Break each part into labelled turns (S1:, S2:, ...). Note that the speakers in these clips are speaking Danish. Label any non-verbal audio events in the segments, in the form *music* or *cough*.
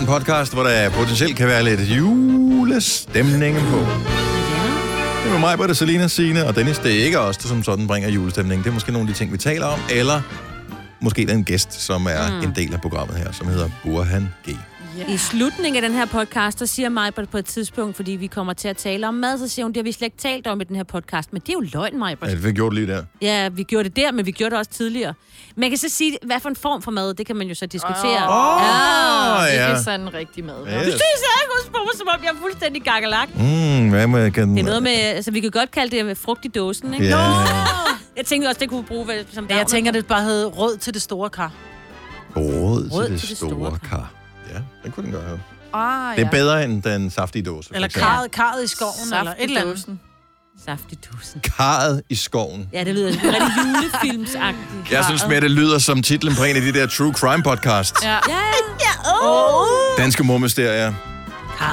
S1: en podcast, hvor der potentielt kan være lidt julestemning på. Det var mig, Britta, Selina, Signe og Dennis. Det er ikke os, der som sådan bringer julestemning. Det er måske nogle af de ting, vi taler om. Eller måske den gæst, som er mm. en del af programmet her, som hedder Burhan G.
S2: I slutningen af den her podcast, så siger Majbert på et tidspunkt, fordi vi kommer til at tale om mad, så siger hun, det har vi slet ikke talt om i den her podcast, men det er jo løgn, Majbert.
S1: Ja, det fik gjort lige der.
S2: Ja, vi gjorde det der, men vi gjorde det også tidligere. Man kan så sige, hvad for en form for mad, det kan man jo så diskutere.
S1: Åh,
S2: ja.
S1: ja.
S3: Det er sådan en rigtig mad.
S1: Ja.
S3: Ja.
S2: Du synes, jeg husker på mig, som om jeg er fuldstændig gakkelagt. Det
S1: Mm, hvad med, kan...
S2: er noget med, altså vi kan godt kalde det med frugt i dåsen, ikke?
S1: Ja.
S2: Jeg tænkte også, det kunne vi bruge vel- som
S4: Ja, jeg tænker, det bare hed rød til det store kar.
S1: Råd til
S4: Råd
S1: det store kar. Ja, det kunne den godt have.
S3: Ah,
S1: Det er bedre end den saftige dåse. for
S4: Eller
S1: eksempel.
S4: karret, karret i skoven, Saft eller et eller andet.
S2: Saft i dåsen.
S1: Karret i skoven.
S2: Ja, det lyder altså rigtig julefilmsagtigt.
S1: Jeg synes mere, det lyder som titlen på en af de der true crime podcasts. Ja.
S3: Ja.
S4: *laughs*
S2: Ja, ja. Oh.
S1: Danske mormysterier.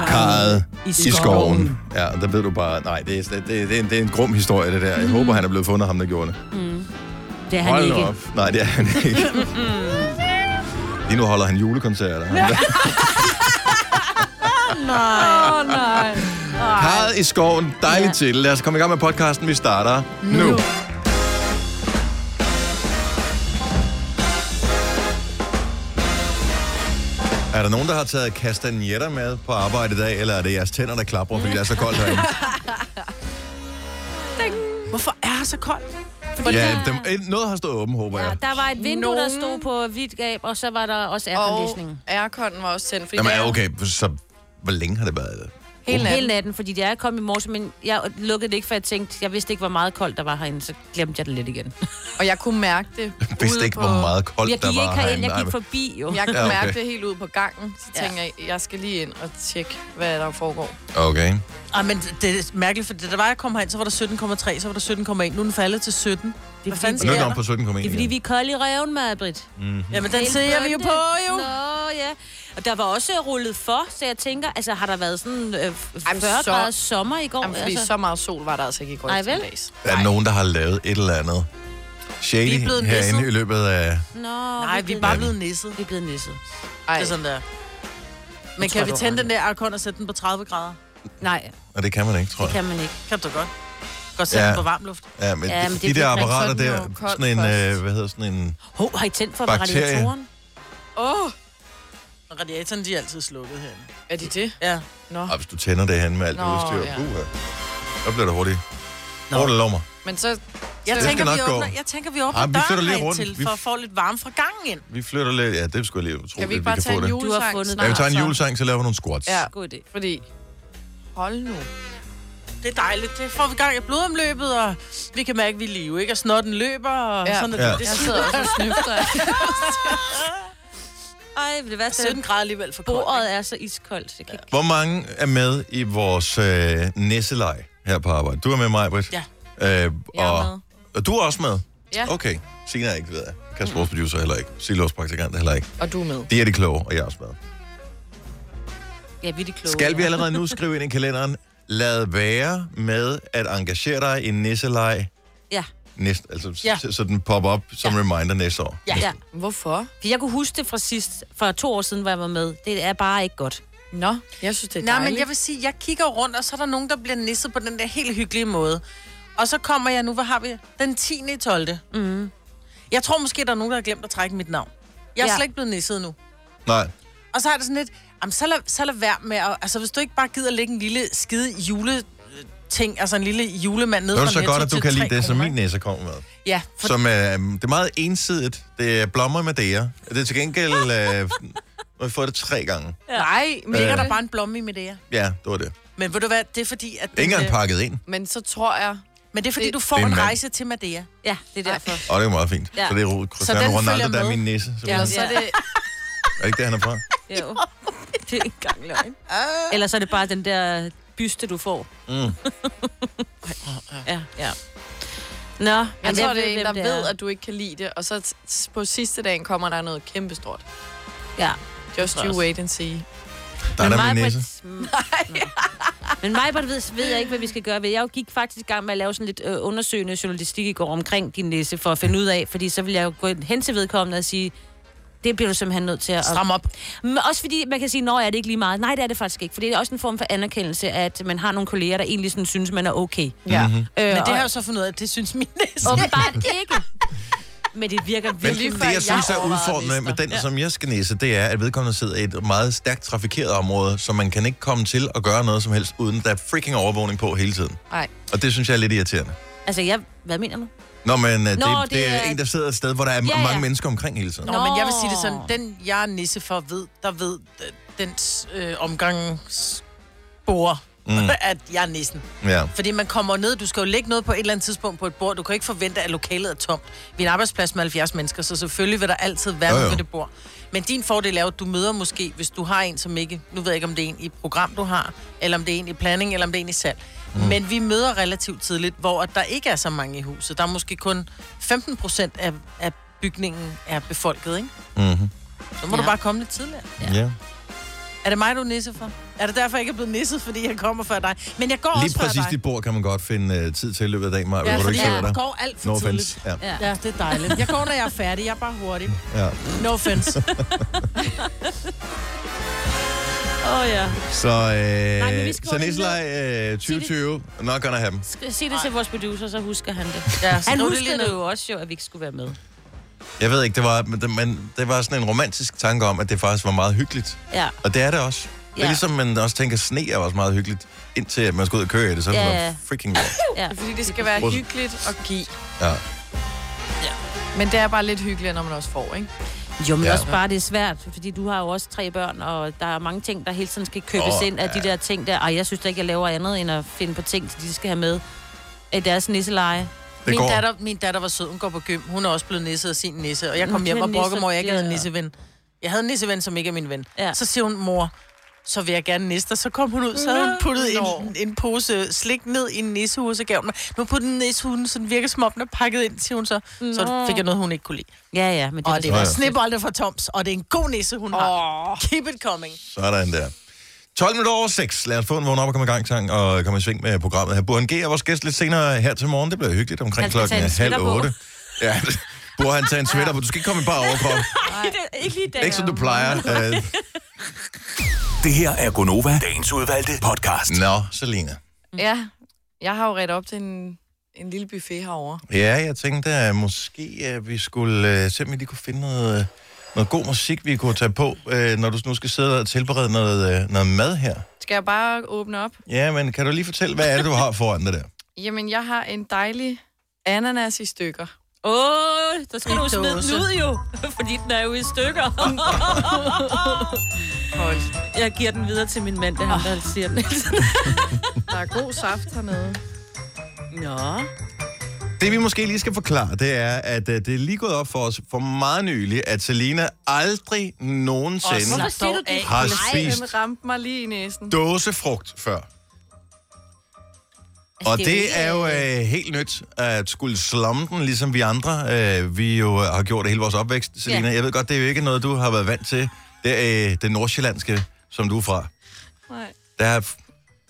S1: Karret i, i skoven. Ja, der ved du bare, nej, det er, slet- det, det, er en, det er en grum historie, det der. Jeg håber, han er blevet fundet, ham der gjorde det.
S2: Det er han
S1: Hold
S2: ikke.
S1: op. Nej, det er han ikke. Lige nu holder han julekoncerter. Han der.
S3: Åh, oh, nej.
S1: Karret i skoven. Dejlig ja. titel. Lad os komme i gang med podcasten. Vi starter nu. nu. Er der nogen, der har taget kastanjetter med på arbejde i dag, eller er det jeres tænder, der klapper, fordi det er så koldt herinde?
S4: Hvorfor er det så koldt?
S1: Ja, dem, noget har stået åben, håber jeg.
S2: Der var et vindue, der
S3: Nogen-
S2: stod på hvidt gab, og så var der også
S3: Og
S2: airconditioning.
S3: airconen var også tændt. Fordi
S1: Jamen,
S3: det er
S1: ja, okay, så hvor længe har det været?
S3: Hele
S2: Hele
S3: natten.
S2: natten, fordi jeg kom i morges, men jeg lukkede det ikke, for jeg tænkte, jeg vidste ikke, hvor meget koldt der var herinde, så glemte jeg det lidt igen.
S3: Og jeg kunne mærke det.
S1: Jeg vidste
S3: ude
S1: ikke,
S3: på-
S1: hvor meget koldt
S2: Jeg
S1: der
S2: gik ikke
S1: var
S2: herind, jeg
S1: Nej,
S2: gik
S1: men-
S2: forbi jo.
S3: Jeg kunne
S1: Ja, okay.
S3: mærke det helt ude på gangen. Så
S2: Ja.
S3: tænker jeg, jeg skal lige ind og tjekke, hvad der foregår.
S1: Okay.
S4: Ej, Ah, men det er mærkeligt, for da der var, jeg kom herind, så var der 17,3, så var der 17,1. Nu er den faldet til 17. Hvad fanden
S1: Nu er det
S4: sker
S1: om
S4: der?
S1: på 17,1.
S2: Det er fordi, vi er kolde i røven, med Britt.
S1: Mm.
S4: Jamen, den ser vi jo på, jo.
S2: Nå, ja. Og der var også rullet for, så jeg tænker, altså har der været sådan øh, 40
S3: så-
S2: grader sommer i går?
S3: Jamen, fordi
S2: altså?
S3: så meget sol var der altså ikke i går
S2: Nej, vel?
S3: eftermiddags.
S1: Der er nogen, der har lavet et eller andet shady
S4: Vi er blevet
S1: herinde
S4: nisset.
S1: i løbet af...
S2: Nå,
S4: Nej, vi er bare blevet nisset.
S2: vi er blevet nisset.
S3: Ej,
S4: Det er sådan der. Men
S2: tror,
S4: kan vi
S2: du har
S4: tænde den der arkon og sætte den på 30 grader?
S2: Nej,
S1: Og det kan man ikke, tror jeg.
S2: kan man ikke.
S4: Kan du godt. Godt sætte
S1: Ja.
S4: den på varm luft.
S1: Ja, men,
S2: Ja,
S1: ja,
S2: men
S1: men
S2: det
S1: de der
S2: bliver ikke
S1: apparater
S3: sådan
S1: der,
S3: noget koldt
S1: sådan en,
S3: først.
S1: øh, hvad hedder sådan en...
S2: Ho, har I tændt for
S1: Bakterie.
S2: radiatoren?
S3: Åh, oh,
S4: Og radiatoren, de er altid slukket herinde.
S3: er det det?
S4: Ja.
S3: Nå.
S1: Ah, hvis du tænder det hen med alt det
S3: Nå,
S1: udstyr, ja.
S3: ja.
S1: uh, der bliver det hurtigt.
S4: Nå.
S1: Hurtigt lommer.
S3: Men så...
S4: Jeg
S3: så-
S4: tænker,
S1: nok
S4: vi
S1: gå.
S4: åbner, jeg tænker, vi åbner
S1: Ej,
S4: Ej,
S1: vi
S4: døren
S1: flytter lige
S4: herinde
S1: rundt.
S4: til,
S1: Vi-
S4: for at få lidt varme fra gangen ind.
S1: Vi flytter lidt. Ja, det skulle jeg lige tro,
S3: Kan vi
S1: at
S3: ikke bare tage en
S1: det.
S2: Du har
S3: julesang
S2: fundet
S1: Ja, vi
S3: snart?
S1: tager en
S3: så?
S1: julesang, så laver vi nogle squats.
S3: Ja.
S2: God idé.
S3: Fordi... Hold nu.
S4: Det er dejligt. Det får vi gang i blodomløbet, og vi kan mærke, at vi er i live, ikke? Og snotten løber, og
S3: Ja.
S4: ja. sådan
S1: Ja.
S4: noget. Ja. Det
S3: Jeg
S4: er
S3: sidder også og snøfter.
S2: Ej, vil det være
S4: 17
S2: sådan,
S4: grader alligevel for koldt.
S2: bordet er så iskoldt. Jeg kan ikke...
S1: Hvor mange er med i vores øh, næsselej her på arbejde? Du er med mig, Britt?
S4: Ja.
S1: Øh,
S3: Jeg er
S1: og,
S3: med.
S1: og du er også med?
S3: Ja.
S1: Okay. Signe er ikke, ved jeg. Kasper, vores producer, heller ikke. Signe, vores praktikant, heller ikke.
S3: Og du er med.
S1: Det er de kloge, og jeg er også med.
S2: Ja, vi er de kloge.
S1: Skal vi allerede nu skrive ind i kalenderen, lad være med at engagere dig i nisselej
S2: Ja.
S1: næste, altså, ja.
S4: Ja.
S1: så, så den popper op som ja. reminder næste år.
S2: Ja. ja.
S3: Hvorfor?
S2: For jeg kunne huske det fra sidst, for to år siden, hvor jeg var med. Det er bare ikke godt.
S3: Nå, jeg synes, det er
S4: Nej,
S3: dejligt.
S4: men jeg vil sige, jeg kigger rundt, og så er der nogen, der bliver nisset på den der helt hyggelige måde. Og så kommer jeg nu, hvad har vi? Den 10. i 12. Mm. Jeg tror måske, der er nogen, der har glemt at trække mit navn. Jeg er
S2: Ja.
S4: ja. slet ikke blevet nisset nu.
S1: Nej,
S4: Og så er det sådan lidt, jamen, så, lad, så lad være med, at, altså hvis du ikke bare gider lægge en lille skide jule ting, altså en lille julemand ned
S1: det er
S4: fra
S1: det så
S4: Netto
S1: godt, at du
S4: til
S1: kan lide
S4: tre
S1: det, som
S4: kroner,
S1: min
S4: ikke?
S1: næse kommer med.
S4: Ja, for
S1: Som, øh, det er meget ensidigt. Det er blommer med dære. Det er til gengæld... Øh, må vi få det tre gange.
S3: Nej, men,
S4: ligger
S1: Øh.
S4: der bare en blomme i med det her.
S1: Ja, det var det.
S4: Men ved du hvad, det er fordi, at...
S1: Ikke engang
S4: øh,
S1: pakket ind,
S3: men så tror jeg...
S4: Men det er fordi,
S3: Det-
S4: du får
S1: Det er en
S4: en
S1: mand.
S4: rejse til Madea.
S2: Ja, det er derfor.
S1: og det er meget fint.
S2: Ja.
S1: Ja. Så det er Ro- Cristiano
S3: den
S1: Ronaldo,
S3: følger
S1: der er
S3: med.
S1: min næse. Ja.
S3: Ja, så er det...
S1: Er det ikke det, han er fra?
S2: *laughs* Jo. Det er ikke engang *laughs* løgn. Eller så er det bare den der byste, du får. Mm. *laughs* ja, ja. Nå, jeg,
S3: Jeg tror, det er en, der ved, at du ikke kan lide det, og så t- s- på sidste dagen kommer der noget kæmpestort.
S2: Ja.
S3: Just
S2: tror jeg
S3: you
S2: også.
S3: wait and see.
S1: Der er der min næse.
S2: Nej. *laughs* Men mig ved, ved jeg ikke, hvad vi skal gøre ved. Jeg gik faktisk i gang med at lave sådan lidt øh, undersøgende journalistik i går omkring din næse, for at finde ud af, fordi så ville jeg jo gå hen til vedkommende og sige, Det bliver du simpelthen nødt til at...
S4: Stram op.
S2: Men også fordi man kan sige, nå, er det ikke lige meget? Nej, det er det faktisk ikke, for det er også en form for anerkendelse, at man har nogle kolleger, der egentlig sådan synes, man er okay.
S3: Ja.
S1: Mhm.
S2: Øh,
S4: Men det har jeg
S2: og-
S4: jo så fundet ud af, at det synes min næse.
S2: Åbenbart *laughs* ikke. Men det virker
S1: Men
S2: virkelig...
S3: lige
S1: det,
S3: før,
S1: jeg
S3: jeg
S1: synes er
S3: overvejede
S1: udfordrende med den, som jeg skal næse, det er, at vedkommende sidder i et meget stærkt trafikeret område, så man kan ikke komme til at gøre noget som helst, uden der er freaking overvågning på hele tiden.
S3: Nej.
S1: Og det synes jeg er lidt irriterende.
S2: Altså, jeg... Hvad mener du?
S1: Nå, men Nå, det,
S2: Nå,
S1: det, det er en, der sidder et sted, hvor der er ja,
S2: ja.
S1: mange mennesker omkring hele tiden.
S4: Nå, men jeg vil sige det sådan, den jeg er nisse for ved, der ved øh, dens øh, omgangsbord,
S1: Mm.
S4: mm. *laughs* at jeg er nissen.
S1: Ja.
S4: Fordi man kommer ned, du skal jo lægge noget på et eller andet tidspunkt på et bord. Du kan ikke forvente, at lokalet er tomt. Vi er en arbejdsplads med 70 mennesker, så selvfølgelig vil der altid være
S1: Jo,
S4: nogen
S1: jo.
S4: ved det bord. Men din fordel er jo, at du møder måske, hvis du har en, som ikke... Nu ved jeg ikke, om det er en i program, du har, eller om det er en i planning, eller om det er en i salg. Mm. Men vi møder relativt tidligt, hvor der ikke er så mange i huset. Der er måske kun 15 procent af, af bygningen er befolket, ikke?
S1: Mm-hmm.
S4: Så
S2: Ja.
S4: må ja. du bare komme lidt tidligere.
S1: Ja. ja.
S4: Er det mig, du er nisse for? Er det derfor, jeg ikke er blevet nisset, fordi jeg kommer før dig? Men jeg går
S1: Lige
S4: også før
S1: præcis
S4: dig.
S1: dit bord kan man godt finde uh, tid til i løbet af dagen, Maja, ja, hvor du ikke sidder
S4: jeg
S1: der.
S4: går alt for
S1: No
S4: tidligt.
S1: offense. Ja.
S2: Ja.
S4: Ja, det er dejligt. Jeg går, når jeg er færdig. Jeg er bare hurtig.
S1: Ja.
S4: No
S1: *laughs*
S4: offense.
S2: Åh, oh, ja.
S1: Så, øh,
S2: Nej, men vi
S1: så
S2: skriver det
S1: Nislej øh, 2020, not gonna happen.
S2: Sig det til vores producer, så husker han det.
S4: Ja, så
S2: Han
S4: skriv det
S2: huskede
S4: lige
S2: det
S4: ned.
S2: jo også jo, at vi ikke skulle være med.
S1: Jeg ved ikke, det var, men det, men det var sådan en romantisk tanke om, at det faktisk var meget hyggeligt.
S2: Ja.
S1: Og det er det også. Det er
S2: Ja.
S1: ligesom, man også tænker, sne er også meget hyggeligt, indtil man skal ud og køre i det, så er det
S2: Ja,
S1: bare
S2: ja.
S1: freaking lort.
S2: ja.
S3: Fordi det skal være
S1: Prøv-
S3: hyggeligt at give.
S1: Ja.
S3: Men det er bare lidt hyggeligere, når man også får, ikke?
S2: Jo, men
S1: Ja.
S2: ja. også bare, det er svært, fordi du har jo også tre børn, og der er mange ting, der hele tiden skal købes
S1: Åh,
S2: oh, ind af ja. de der ting der. Ej, jeg synes da ikke, jeg laver andet, end at finde på ting, de skal have med i deres nisseleje.
S1: Det
S4: Min
S1: går.
S4: datter, min datter var sød. Hun går på gym. Hun er også blevet nisset af sin nisse. Og jeg
S2: Mm,
S4: kom hjem
S2: det er
S4: og brokkede
S2: nisser,
S4: mig, at jeg ikke havde en
S2: ja.
S4: nisseven. Jeg havde en nisseven, som ikke er min ven.
S2: Ja.
S4: Så siger hun, mor, så vil jeg gerne niste. dig." Så kom hun ud, så havde hun puttet en, en pose slik ned i en nissehue, så gav hun mig. Nu puttede den nissehunden, så den virker som om, den er pakket ind, siger hun så. Så
S2: Nå.
S4: fik jeg noget, hun ikke kunne lide.
S2: Ja, ja, men det,
S4: Og det
S1: Nå
S4: var
S1: ja.
S4: snebolde fra Toms, og det er en god nisse, hun har. Keep it coming.
S1: Sådan der. 12 minutter over 6. Lad os få en vågen op og komme i gang sang og komme i sving med programmet her. Burhan G er vores gæst lidt senere her til morgen. Det bliver hyggeligt omkring
S2: Han skal
S1: klokken
S2: tage
S1: halv
S2: en sweater på.
S1: otte. Ja, *laughs* Burhan han tage en sweater på. Du skal ikke komme i bare overkrop.
S2: ikke lige
S1: Ikke som du plejer. Øh,
S5: Det her er Gonova, dagens udvalgte podcast.
S1: Nå, Selina.
S3: Ja. Jeg har jo ret op til en, en lille buffet herovre.
S1: Ja, jeg tænkte, at måske at vi skulle øh, se, om vi lige kunne finde noget, øh, noget god musik, vi kunne tage på, øh, når du nu skal sidde og tilberede noget, øh, noget mad her.
S3: Skal jeg bare åbne op?
S1: Ja, men kan du lige fortælle, hvad er det, du har foran dig der?
S3: Jamen, jeg har en dejlig ananas i stykker.
S2: Åh, oh, der skal du jo smide den
S4: dåse.
S2: ud jo, *laughs* fordi den er jo i stykker.
S3: Hold,
S2: Jeg giver den videre til min mand, det er ham, der siger den.
S3: der er god saft hernede.
S2: Nå.
S1: Det vi måske lige skal forklare, det er, at øh, det er lige gået op for os for meget nylig, at Selina aldrig nogensinde
S2: Hvorfor siger du det?
S4: af.
S1: har spist
S3: Den ramte mig lige i næsen.
S1: dåsefrugt før. Og
S2: Altså,
S1: det er jo øh, helt nyt at skulle slumme den, ligesom vi andre. Øh, vi jo øh, har gjort det hele vores opvækst, Selina. Jeg ved godt, det er jo ikke noget, du har været vant til. Det er øh, det nordsjællandske, som du er fra.
S3: Nej.
S1: Der f-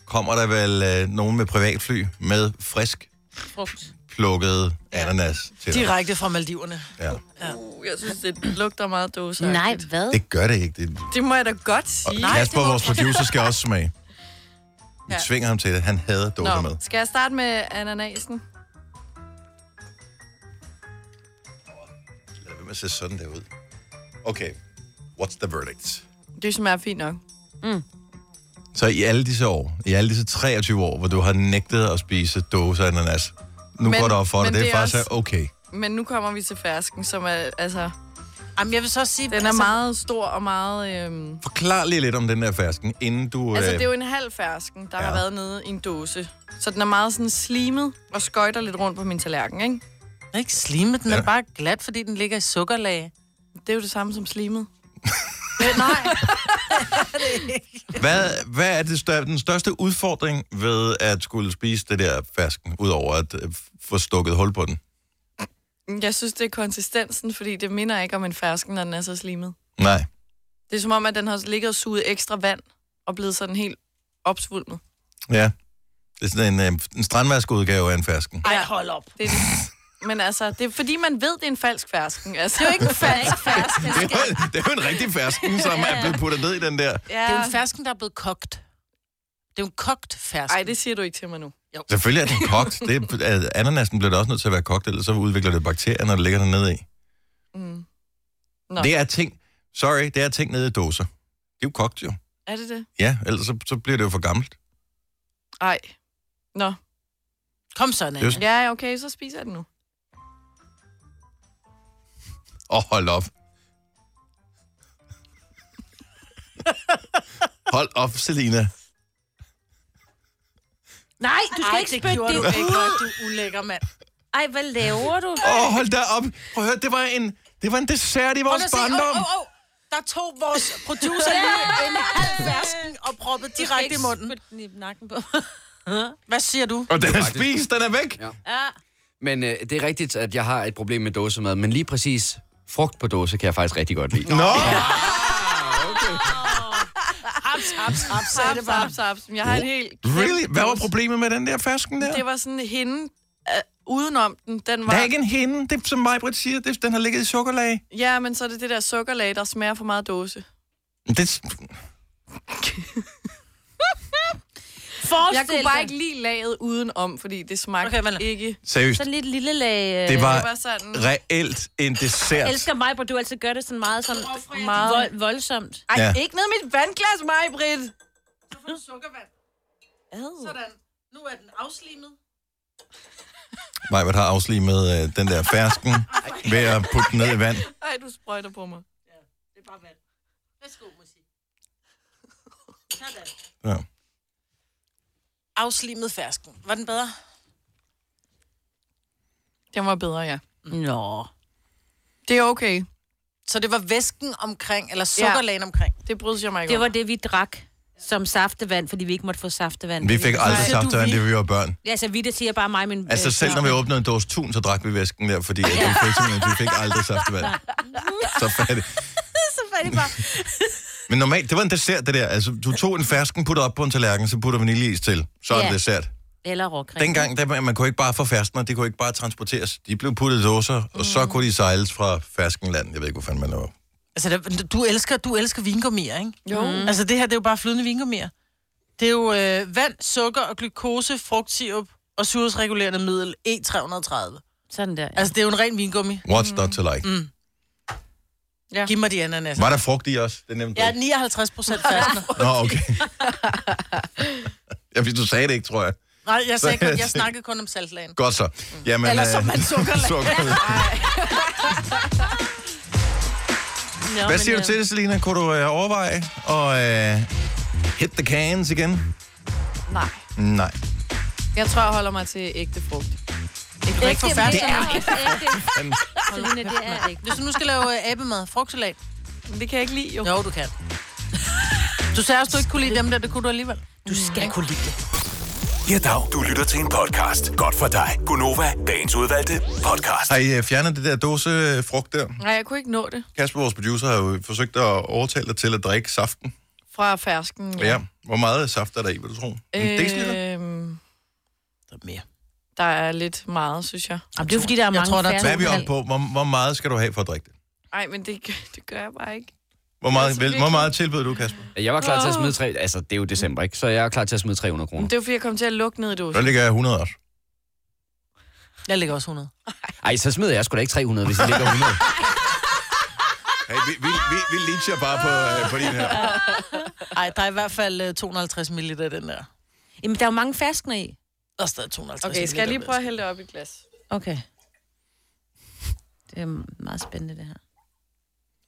S1: kommer der vel øh, nogen med privatfly med frisk
S2: frugt.
S1: plukket ananas til dig.
S4: Direkte fra Maldiverne.
S1: Ja.
S3: Uh, jeg synes, det lugter meget dåse.
S2: Nej, hvad?
S1: Det gør det ikke. Det,
S3: Det må jeg da godt
S1: og
S3: sige.
S1: Kasper, vores producer, skal også smage. Vi
S3: Ja.
S1: tvinger ham til det. Han hader dåser med.
S3: Nå, skal jeg starte med ananasen?
S1: Lad være med at se sådan der ud. Okay, what's the verdict?
S3: Det smager fint nok.
S1: Så i alle disse år, i alle disse 23 år, hvor du har nægtet at spise dåser ananas, nu
S3: Men-
S1: går det op for dig,
S3: men
S1: det er
S3: det er
S1: faktisk
S3: også-
S1: okay.
S3: Men nu kommer vi til fersken, som er, altså,
S4: Jamen, jeg vil så også sige... altså,
S3: den er meget stor og meget... Øhm,
S1: Forklar lige lidt om den der fersken, inden du...
S3: altså,
S1: øh,
S3: det er jo en halv fersken, der ja.
S1: ja.
S3: har været nede i en dåse. Så den er meget sådan slimet og skøjter lidt rundt på min tallerken, ikke?
S4: Den er ikke slimet, den
S1: Ja.
S4: er bare glat, fordi den ligger i sukkerlag.
S3: Det er jo det samme som slimet. Øh, Nej,
S1: Hvad, hvad er det stør- den største udfordring ved at skulle spise det der fersken, udover at øh, få stukket hul på den?
S3: jeg synes, det er konsistensen, fordi det minder ikke om en fersken, når den er så slimet.
S1: Nej.
S3: Det er som om, at den har ligget og suget ekstra vand og blevet sådan helt opsvulmet.
S1: Ja. Det er sådan en, øh, en strandvaskudgave af en fersken.
S4: Ej, hold op.
S3: Det er det. *laughs* men altså, det er fordi, man ved, det er en falsk fersken. Altså, det er jo *laughs* ikke en falsk fersken.
S1: Det er, jo en, det er jo en rigtig fersken, som er blevet puttet ned i den der.
S3: Ja.
S4: Det er jo en fersken, der er blevet kogt. Det er jo en kogt fersken.
S3: Ej, det siger du ikke til mig nu.
S1: Selvfølgelig er den kogt. Det er, ananasen bliver da også nødt til at være kogt, ellers så udvikler det bakterier, når det ligger dernede i.
S3: Mm.
S1: Nå.
S3: Nå.
S1: Det er ting, sorry, det er ting nede i dåser. Det er jo kogt jo.
S3: Er det det?
S1: Ja, ellers så, så bliver det jo for gammelt.
S3: Ej. Nå.
S4: Kom så, Anna.
S1: Det er jo sådan-
S3: Ja, ja, okay, så spiser jeg den nu.
S1: Åh, oh, hold
S4: *laughs*
S1: op. Hold op, Selina.
S2: Nej, du skal
S4: Ej,
S2: Ej, ikke
S4: det
S2: spytte
S4: gjorde
S2: det
S4: du ikke,
S2: ud.
S4: og du er ulækker, mand.
S2: Ej, hvad laver du?
S1: Åh, oh, hold da op. Prøv at høre, det var en, det var en dessert i vores
S4: Prøv nu at se.
S1: barndom.
S4: Åh, åh, åh. Der tog vores producer lige en halv fersken og proppede direkte i munden.
S2: Spyt den i nakken på.
S4: Hvad siger du?
S1: Og den er
S6: faktisk-
S1: spist, den er væk.
S6: Ja.
S2: ja.
S6: Men øh, det er rigtigt, at jeg har et problem med dåsemad, men lige præcis frugt på dåse kan jeg faktisk rigtig godt lide.
S1: Nå,
S4: Haps, haps, haps, sagde det
S3: Saps,
S4: bare.
S3: saps, saps. Jeg har en helt...
S1: really?
S3: kæmpe
S1: Hvad var
S3: dåse.
S1: problemet med den der fersken der?
S3: Det var sådan hende øh, udenom den. Den var...
S1: Der er ikke en hende. Det er, som Majbrit siger, det, den har ligget i sukkerlag.
S3: Ja, men så er det det der sukkerlag, der smager for meget dåse.
S1: Men Det,
S2: Forestil
S3: Jeg kunne bare
S2: dig.
S3: ikke lide laget udenom, fordi det smagte
S4: Okay, vel.
S3: okay, ikke.
S1: seriøst,
S2: Sådan lidt lille lag... øh,
S1: det
S3: Det var
S1: var
S3: sådan...
S1: reelt en dessert.
S2: Jeg elsker mig, hvor du altid gør det sådan meget, sådan meget
S3: meget-
S2: vold, voldsomt.
S3: Ej,
S1: Ja.
S3: ja. ikke ned i mit vandglas, mig, Britt.
S4: Sukkervand.
S2: Ad.
S4: Sådan. Nu er den afslimet.
S1: Majbrit har afslimet øh, den der fersken ved at putte den ned i vand.
S3: Ej, du sprøjter på mig.
S4: Det er bare vand. Værsgo, musik.
S1: Ja.
S4: Sådan. Afslimet fersken. Var den bedre?
S3: Den var bedre, ja.
S2: Nå.
S3: Det er okay.
S4: Så det var væsken omkring, eller sukkerlagen omkring.
S3: Det bryder jeg mig ikke
S2: Det
S3: om.
S2: var det, vi drak som saftevand, fordi vi ikke måtte få saftevand. Altså,
S1: Vi fik aldrig
S4: Så du
S1: samtalen,
S4: vi-
S1: da vi var børn.
S2: Ja, altså, vi, det siger bare mig, min...
S1: Altså
S2: øh,
S1: selv når vi åbnede en dåse tun, så drak vi væsken der, fordi at vi, fik, simpelthen- vi fik aldrig saftevand. Så fattigt.
S2: *laughs* Så fandt jeg bare...
S1: Men normalt, det var en dessert, det der. Altså, du tog en fersken, puttede op på en tallerken, så putter vaniljeis til. Så er det
S2: Ja.
S1: dessert.
S2: Eller råkring.
S1: Dengang, der, man kunne ikke bare få ferskener, de kunne ikke bare transporteres. De blev puttet i dåser, og så kunne de sejles fra ferskenland. Jeg ved ikke, hvor fanden man var.
S4: Altså, der, du elsker, du elsker vingummier, ikke? Jo. Mm. Altså, det her, det er jo bare flydende vingummier. Det er jo øh, vand, sukker og glukose, frugtsirup og surhedsregulerende middel E E330.
S2: Sådan der. Ja.
S4: Altså, det er jo en ren vingummi.
S1: What's not to like? Mm.
S4: Giv mig de ananas.
S1: Var der frugt i os? Det nævnte
S4: Jeg er
S1: du.
S4: 59 procent fastner.
S1: Nå, okay. ja, hvis du sagde det ikke, tror jeg.
S4: Nej, jeg, sagde kun, jeg snakkede kun om saltlagen.
S1: Godt så. Jamen,
S4: Eller som
S1: øh,
S4: man
S1: *laughs*
S4: sukkerlag.
S1: sukkerlag.
S2: Nå,
S1: Hvad
S2: men,
S1: siger du
S2: øh,
S1: til det, Selina? Kunne du øh, overveje og øh, hit the cans igen?
S3: Nej.
S1: Nej.
S3: Jeg tror, jeg holder mig til ægte frugt.
S4: Du kan ikke få færdig.
S2: Det er ikke
S1: *laughs*
S2: ægte. Selina, det er ikke.
S4: Hvis du nu skal lave øh, abemad, frugtsalat.
S3: Men det kan jeg ikke lide, jo.
S4: Jo, du kan. Du sagde også, du ikke kunne lide dem der, det kunne du alligevel. Mm.
S2: Du skal kunne lide det.
S5: Ja, dag. Du lytter til en podcast. Godt for dig. Gonova, dagens udvalgte podcast.
S1: Har I øh, fjernet det der dåse øh, frugt der?
S3: Nej, jeg kunne ikke nå det
S1: Kasper, vores producer, har jo forsøgt at overtale dig til at drikke saften.
S3: fra fersken.
S1: Ja. Hvor meget saft er der i, vil du tro? En øh... deciliter?
S3: Øhm,
S4: Der er mere.
S3: der er lidt meget, synes jeg.
S2: Jamen, det er fordi, der er
S4: Jeg
S2: mange
S4: tror, der er
S2: færre.
S1: Hvad er vi oppe på? Hvor, hvor meget skal du have for at drikke det?
S3: Nej, men det, gør- det gør jeg bare ikke.
S1: Hvor
S3: Altså,
S1: meget, vel, hvor
S3: virkelig.
S1: meget tilbyder du, Kasper?
S6: Jeg var klar til at smide tre, altså det er jo december, ikke? Så jeg er klar til at smide 300 kroner.
S3: Men det er jo, fordi jeg kom til at lukke ned i
S1: Der
S3: dåsen.
S1: ligger jeg 100 også.
S4: Jeg ligger også 100.
S6: Ej, så smider jeg sgu da ikke 300, hvis det ligger 100.
S1: Hey, vi, vi, vi, vi leacher bare på, øh, på din her.
S4: Ej, der er i hvert fald øh, 250 ml af den der.
S2: Jamen, der er jo mange ferskner i.
S4: Der er stadig 250
S3: Okay, skal jeg lige prøve at hælde det op i et glas?
S2: Okay. Det er meget spændende, det her.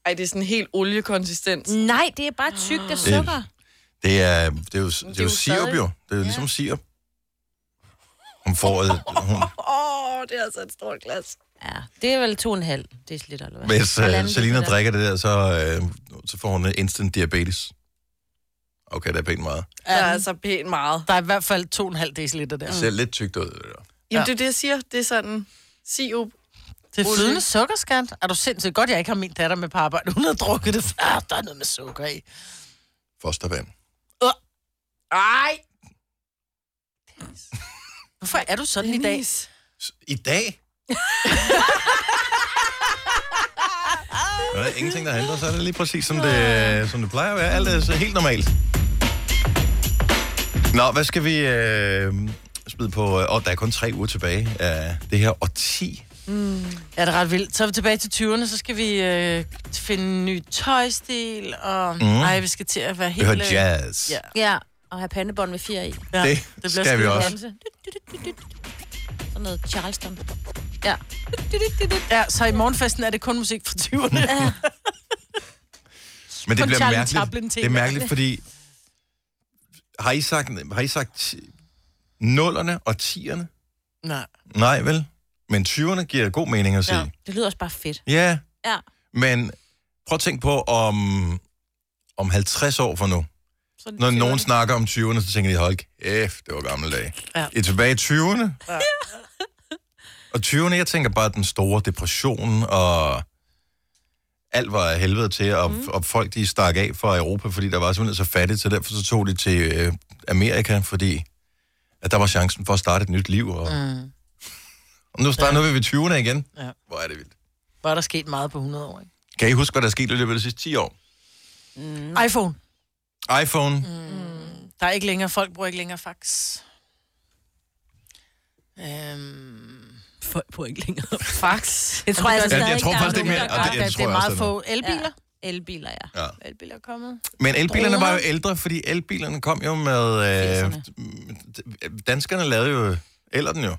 S3: Ej, det er sådan helt oliekonsistens.
S2: Nej, det er bare tykt af sukker.
S1: Ah. Det er, det er jo, det er jo sirup, jo. Det er jo ligesom sirup. Hun får et, hun,
S3: Åh, det er altså et stort glas.
S2: Ja, det er vel to og en halv deciliter, eller hvad?
S1: Hvis uh,
S2: Halvanden
S1: Selina
S2: deciliter.
S1: drikker det der, så, uh, så får hun instant diabetes. Okay, det er pænt meget.
S3: Der er altså pænt meget.
S4: Der er i hvert fald 2,5 dl der.
S1: Det ser lidt tykt ud. Det der.
S3: Jamen, det er det, jeg siger. Det er sådan sirup.
S4: Det er flydende sukkerskat. Er du sindssygt godt, jeg ikke har min datter med på arbejde? Hun har drukket det før. Der er noget med sukker i.
S1: Fostervand.
S3: Ej,
S4: Hvorfor er du sådan i dag? *laughs*
S1: S- I dag? Der er ingenting, der handler, så er det lige præcis, som det, som det plejer at være. Alt er så helt normalt. Nå, hvad skal vi øh, spide på? øh, Åh, der er kun tre uger tilbage af det her årti.
S4: Ja, det er ret vildt. Så er vi tilbage til 20'erne, så skal vi øh, finde en ny tøjstil, og
S1: Mm.
S4: mm. ej, vi skal til at være
S1: Vi
S4: helt...
S1: hører
S4: øh,
S1: jazz.
S4: Ja,
S2: Ja, og have pandebånd med fjer i.
S4: ja.
S1: Det
S4: bliver
S1: skal
S4: skide
S1: vi også.
S4: godt.
S2: Danse. Dyt, dyt, dyt, dyt, dyt. Sådan noget Charleston. Ja.
S4: Ja, så i morgenfesten er det kun musik fra
S1: *laughs*
S4: 20'erne.
S1: Men det
S4: På
S1: bliver
S4: Charlie
S1: mærkeligt.
S4: Chaplin-tema.
S1: Det er mærkeligt, fordi... Har I sagt, har I sagt nullerne og tierne?
S4: Nej.
S1: Nej, vel? Men 20'erne giver god mening at sige.
S4: Ja.
S2: Det lyder også bare fedt.
S1: Ja. ja.
S2: Ja.
S1: Men prøv at tænke på om, om 50 år fra nu.
S4: Så er det
S1: Når nogen
S4: 20'erne.
S1: snakker om 20'erne, så tænker de, hold kæft, det var gamle dage. Ja.
S4: Ja.
S1: I er tilbage i 20'erne. Ja.
S4: Ja.
S1: Og 20'erne, jeg tænker bare den store depression, og alt var af helvede til, og,
S4: Mhm.
S1: mm. og folk de stak af fra Europa, fordi der var simpelthen så fattigt, så derfor så tog de til øh, Amerika, fordi at der var chancen for at starte et nyt liv. Og, mm. og *laughs* nu starter ja. vi ved 20'erne igen.
S4: Ja.
S1: Hvor er det vildt.
S4: Hvor er der sket meget på 100 år, ikke?
S1: Kan I huske, hvad der er sket i løbet af de sidste 10 år?
S2: Mm.
S4: iPhone.
S1: iPhone, mm.
S4: Der er ikke længere... Folk bruger ikke længere fax. Øhm,
S2: Folk på ikke længere.
S3: Fax.
S2: Det tror jeg, altså
S1: Ja, jeg
S2: stadig,
S1: tror
S2: der
S1: faktisk,
S2: nogen,
S1: det er mere-
S2: der
S1: og
S2: gør
S1: det-
S4: det,
S1: tror jeg
S4: er
S1: også,
S4: meget
S1: det er
S4: få elbiler.
S2: Ja. Elbiler, ja.
S1: ja.
S4: Ja. Elbiler er kommet.
S1: Men elbilerne var jo
S4: Droner.
S1: ældre, fordi elbilerne kom jo med... Øh, danskerne lavede jo... Eller den jo.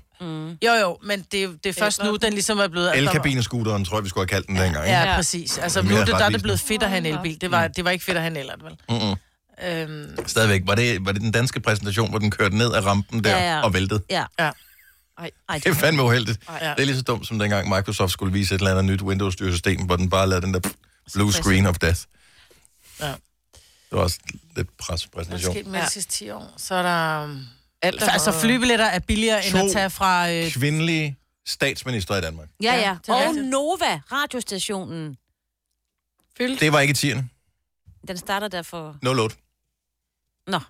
S4: Jo, jo, men det, er- det er først nu, den ligesom er blevet... at der var-
S1: Elkabinescooteren, tror jeg, vi skulle have kaldt den dengang. ikke?
S4: Ja, præcis. Altså,
S1: Det er
S4: nu
S1: mere
S4: er det, der er det
S1: retvisende.
S4: blevet fedt at have en elbil. Det var, det var ikke fedt at have en ellert, vel?
S1: Mm-mm.
S4: Øhm,
S1: Stadigvæk. Var det, var det den danske præsentation, hvor den kørte ned af rampen der
S2: Ja, ja.
S1: og væltede? *laughs*
S2: Ja.
S4: Ja.
S2: Ej, ej,
S1: Det er fandme uheldigt.
S4: Ja.
S1: Det er lige så dumt, som dengang Microsoft skulle vise et eller andet nyt Windows-styresystem, hvor den bare lavede den der blue screen of death.
S4: Ja.
S1: Det var også lidt
S4: Hvad
S1: pressepræsentation.
S4: skete med de sidste 10 år? Så er der... um,
S3: Alt er
S4: Altså, flybilletter er billigere, end
S1: To
S4: at tage fra... Øh,
S1: Kvindelige statsminister i Danmark.
S2: Ja,
S4: Ja,
S2: ja.
S4: det er
S2: Og
S4: rigtigt.
S2: Nova, radiostationen,
S3: fyldt.
S1: Det var ikke i 10'erne.
S2: den starter der for...
S1: 08.
S2: Nå,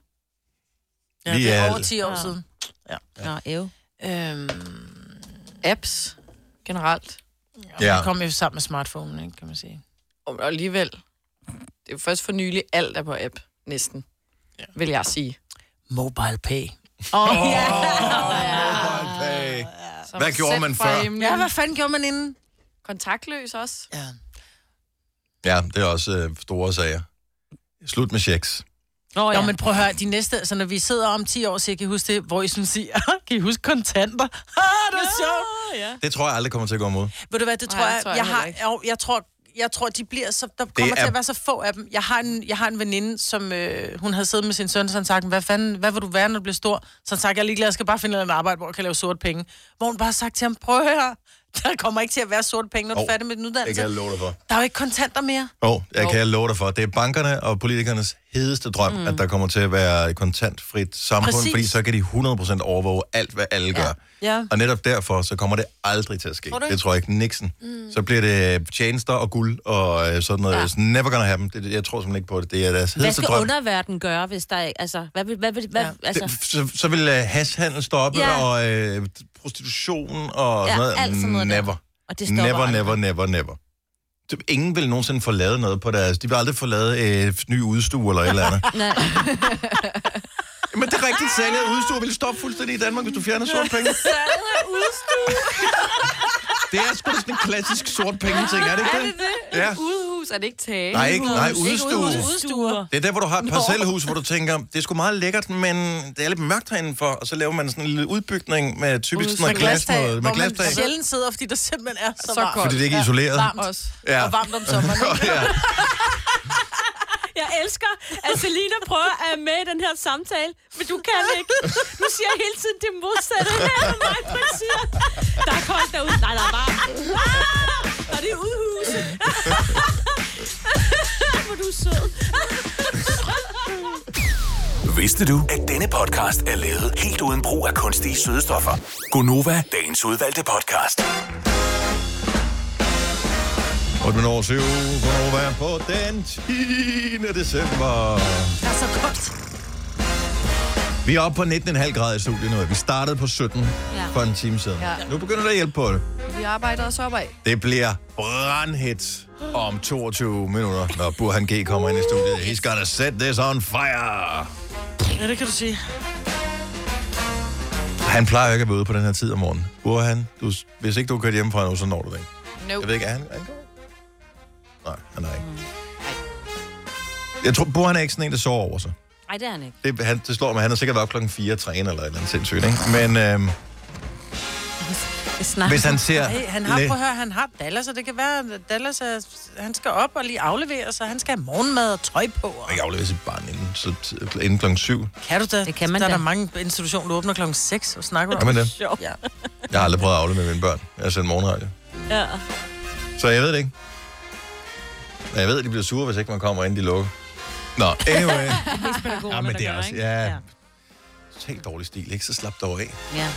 S4: ja,
S1: Vi
S4: det
S1: er-
S4: er over 10 år
S2: Ja.
S4: siden.
S2: nå, ev.
S4: Øhm,
S3: Apps generelt.
S4: og
S1: Ja.
S4: ja. kom jo sammen med smartphonen, ikke, kan man sige.
S3: Og alligevel, det er jo først for nylig, alt er på app, næsten, ja. vil jeg sige.
S4: Mobile pay.
S1: Okay.
S3: Som
S1: Hvad gjorde
S3: sendt
S1: man
S3: fra
S1: før?
S3: himlen.
S4: Ja, hvad fanden gjorde man inden?
S3: Kontaktløs også.
S4: Ja.
S1: Ja, det er også øh, store sager. Slut med checks.
S2: Nå,
S4: Nå, men prøv at høre, de næste, altså når vi sidder om 10 år, så jeg kan I huske det, hvor I sådan siger, *laughs* kan I huske kontanter? *laughs* Ah, det er sjovt!
S1: Det tror jeg aldrig kommer til at gå imod.
S4: Ved du hvad, det tror
S3: Nej,
S4: jeg,
S3: det tror jeg
S4: jeg,
S3: heller
S4: har,
S3: ikke.
S4: jo, jeg tror, jeg tror, de bliver så, der kommer
S1: er-
S4: til at være så få af dem. Jeg har en, jeg har en veninde, som øh, hun havde siddet med sin søn, så han sagde, hvad fanden, hvad vil du være, når du bliver stor? Så han sagde, jeg er ligeglad, jeg skal bare finde et arbejde, hvor jeg kan lave sort penge. Hvor hun bare har sagt til ham, prøv at høre, *laughs* der kommer ikke til at være sort penge, når du
S1: Hov,
S4: er færdig med din
S1: Det
S4: uddannelse.
S1: kan jeg love dig for.
S4: Der er jo ikke kontanter mere.
S1: Åh, oh, jeg kan jeg love dig for. Det er bankerne og politikernes hedeste drøm, mm. at der kommer til at være et kontantfrit samfund, Præcis.
S4: Præcis.
S1: fordi så kan de 100% overvåge alt, hvad alle gør.
S4: Ja.
S1: Og netop derfor, så kommer det aldrig til at ske.
S4: Tror du
S1: Det
S4: ikke?
S1: tror jeg ikke. Nixon. Mm. Så bliver det tjenester og guld og øh, sådan noget. Ja. Never gonna happen. Det, jeg tror simpelthen ikke på det. Det er deres
S2: Hvad
S1: hedeste
S2: skal
S1: drøm.
S2: underverden gøre, hvis der ikke... Altså, hvad vil... Hvad, vil, hvad,
S4: Ja.
S2: altså,
S1: Det- Så, så vil øh, hashhandel stoppe,
S2: Ja.
S1: ja. og øh, prostitution og
S2: Ja,
S1: sådan noget.
S2: alt sådan noget der.
S1: never.
S2: og det stopper
S1: Never,
S2: aldrig.
S1: never, never, never. Det- Ingen vil nogensinde få lavet noget på deres... De vil aldrig få lavet øh, ny udstue eller et eller andet.
S2: Nej.
S1: Men det er rigtigt salget af udstue vil stoppe fuldstændig i Danmark, hvis du fjerner sort penge. Det er sgu da sådan en klassisk sort penge ting, er det ikke det?
S3: det?
S1: Ja.
S3: Ja. Udehus er det ikke tage.
S1: Nej, ikke, nej, udstue.
S2: Udstuer.
S1: Det er der, hvor du har et parcelhus, hvor du tænker, det er sgu meget lækkert, men det er lidt mørkt herinde for, og så laver man sådan en lille udbygning med typisk sådan noget glas, noget, med
S4: hvor man
S1: glastag.
S4: sjældent sidder, fordi der simpelthen er så,
S3: Så
S4: varmt.
S3: koldt.
S1: Fordi det ikke er isoleret.
S4: Varmt
S3: Også.
S1: Ja.
S4: Ja. Og
S1: *laughs*
S4: varmt om sommeren. ikke?
S1: ja.
S2: Jeg elsker, at Selina prøver at være med i den her samtale, men du kan ikke. Du siger hele tiden det modsatte. Her er mig, siger. Der er koldt derude. Nej, der er varmt. Ah! Og det er *laughs* udhuset. Hvor du er sød.
S5: Vidste du, at denne podcast er lavet helt uden brug af kunstige sødestoffer? Gonova, dagens udvalgte podcast.
S1: 8 minutter over 7, Gunova på den 10. december.
S4: Det er så koldt.
S1: Vi er oppe på 19,5 grader i studiet nu. Vi startede på 17
S3: Ja.
S1: for en time siden.
S3: Ja.
S1: Nu begynder der at hjælpe på det.
S3: Vi arbejder os opad.
S1: Det bliver brandhit om 22 minutter, når Burhan G kommer ind i studiet. He's gonna set this on fire.
S4: Ja, det kan du sige.
S1: Han plejer jo ikke at være ude på den her tid om morgenen. Burhan, du, hvis ikke du er kørt hjemmefra nu, så når du det ikke.
S3: Nope.
S1: Jeg ved ikke, er han, er han god? Nej, han er
S4: Mm,
S1: ikke. Jeg tror, Burhan er ikke sådan en, der sover over sig.
S2: Nej, det er han ikke.
S1: Det, han, det slår mig, han har sikkert været op klokken 4 og træne eller et eller andet sindssygt, ikke? Men øhm,
S2: Jeg snakker.
S1: hvis han ser...
S4: Hey, han har,
S1: lidt-
S4: prøv at høre, han har Dallas, og det kan være, at Dallas er, han skal op og lige aflevere sig, han skal have morgenmad og tøj på. Og,
S1: Man kan aflevere sit barn inden, så t- inden klokken 7.
S4: kan du da?
S2: Det kan man
S4: der er
S2: da.
S4: der mange institutioner, der åbner klokken 6 og snakker om.
S1: Kan man det?
S2: Sjov.
S4: Ja.
S1: Jeg har aldrig prøvet at aflevere mine børn. Jeg har sendt morgenradio.
S2: Ja.
S1: Så jeg ved det ikke. Men jeg ved, at de bliver sure, hvis ikke man kommer, inden de lukker. Nå,
S4: *laughs*
S1: anyway. ja, men det er også... Ja, totalt dårlig stil, ikke? Så slap dog af.
S2: ja.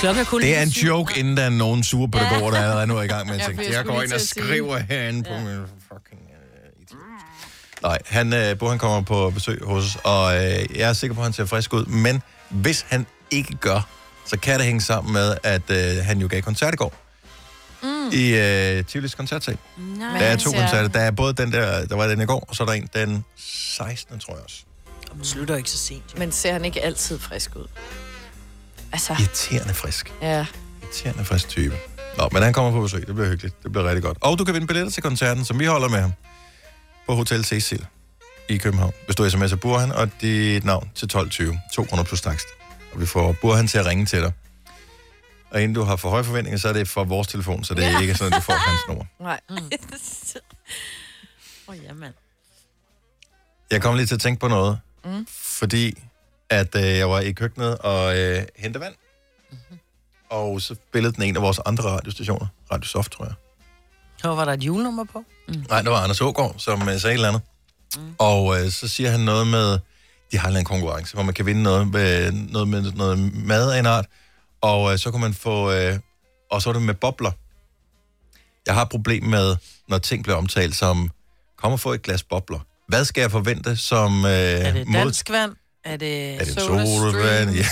S2: Klokken er kun
S1: Det er en
S2: lige syv.
S1: joke, inden der er nogen sure pædagoger, der allerede nu er i gang med at
S3: Ja,
S1: tænke,
S3: for jeg
S1: jeg
S3: skulle
S1: går ind
S3: lige til
S1: og
S3: at sige.
S1: skriver herinde på min fucking... øh, idiot." Nej, han, øh, Bo, han kommer på besøg hos os, og øh, jeg er sikker på, at han ser frisk ud, men hvis han ikke gør, så kan det hænge sammen med, at øh, han jo gav koncert i går. Mm. I øh, Tivolis koncertsal.
S2: Nej.
S1: Der er to
S3: ja.
S1: koncerter. Der er både den der, der var den i går, og så er der en den 16. tror jeg også.
S4: Man slutter ikke så sent. jo.
S3: Men ser han ikke altid frisk ud? Altså,
S1: Irriterende frisk.
S3: ja.
S1: irriterende frisk type. Nå, men han kommer på besøg. Det bliver hyggeligt. Det bliver rigtig godt. Og du kan vinde billetter til koncerten, som vi holder med ham. På Hotel Cecil i København. Hvis du sms'er Burhan og dit navn til 1220. 2 kroner plus takst. Og vi får Burhan til at ringe til dig. Og inden du har for høje forventninger, så er det fra vores telefon, så det er ikke sådan, at du får hans nummer.
S3: Nej.
S4: Åh, oh, jamen.
S1: Jeg kom lige til at tænke på noget, mm. fordi at øh, jeg var i køkkenet og øh, hentede vand. Mm-hmm. Og så spillede den en af vores andre radiostationer. Radio Soft, tror jeg.
S4: Hvor var der et julenummer på?
S1: Nej, det var Anders Ågaard, som uh, sagde et eller andet. Mm. Og øh, så siger han noget med, de har en eller anden konkurrence, hvor man kan vinde noget med noget, med, noget mad af en art. Og øh, så kunne man få, øh, og så er det med bobler. Jeg har et problem med, når ting bliver omtalt som, kom og få et glas bobler. Hvad skal jeg forvente som øh,
S4: Er det
S1: mod-
S4: dansk vand? Er det,
S1: Er det
S3: Soda
S1: *laughs* sodavand? Ja,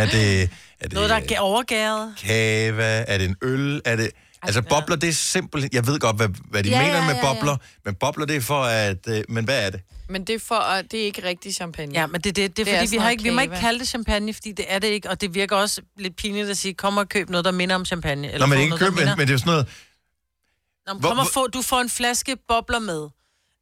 S1: er det, er det
S4: noget, der er overgæret?
S1: kava? Er det en øl? Er det... Altså, bobler, det er simpelthen... Jeg ved godt, hvad, hvad de ja,
S3: Ja,
S1: mener
S3: ja,
S1: med
S3: ja, ja.
S1: bobler, men bobler, det er for at... Øh, men hvad er det?
S3: Men det er, for, at- det er ikke rigtig champagne.
S4: Ja, men det, det, det, det
S3: Det er
S4: er fordi, vi,
S3: sådan
S4: har
S3: noget
S4: ikke, vi må
S3: kage,
S4: ikke
S3: hva'?
S4: kalde det champagne, fordi det er det ikke, og det virker også lidt pinligt at sige, kom og køb noget, der minder om champagne.
S1: Nå,
S4: Eller
S1: men
S4: få
S1: det er ikke
S4: noget, der
S1: køb, men,
S4: minder-
S1: men det er jo sådan noget...
S4: Nå, men
S1: Hvor-
S4: kom og
S1: hvor-
S4: få, du får en flaske bobler med.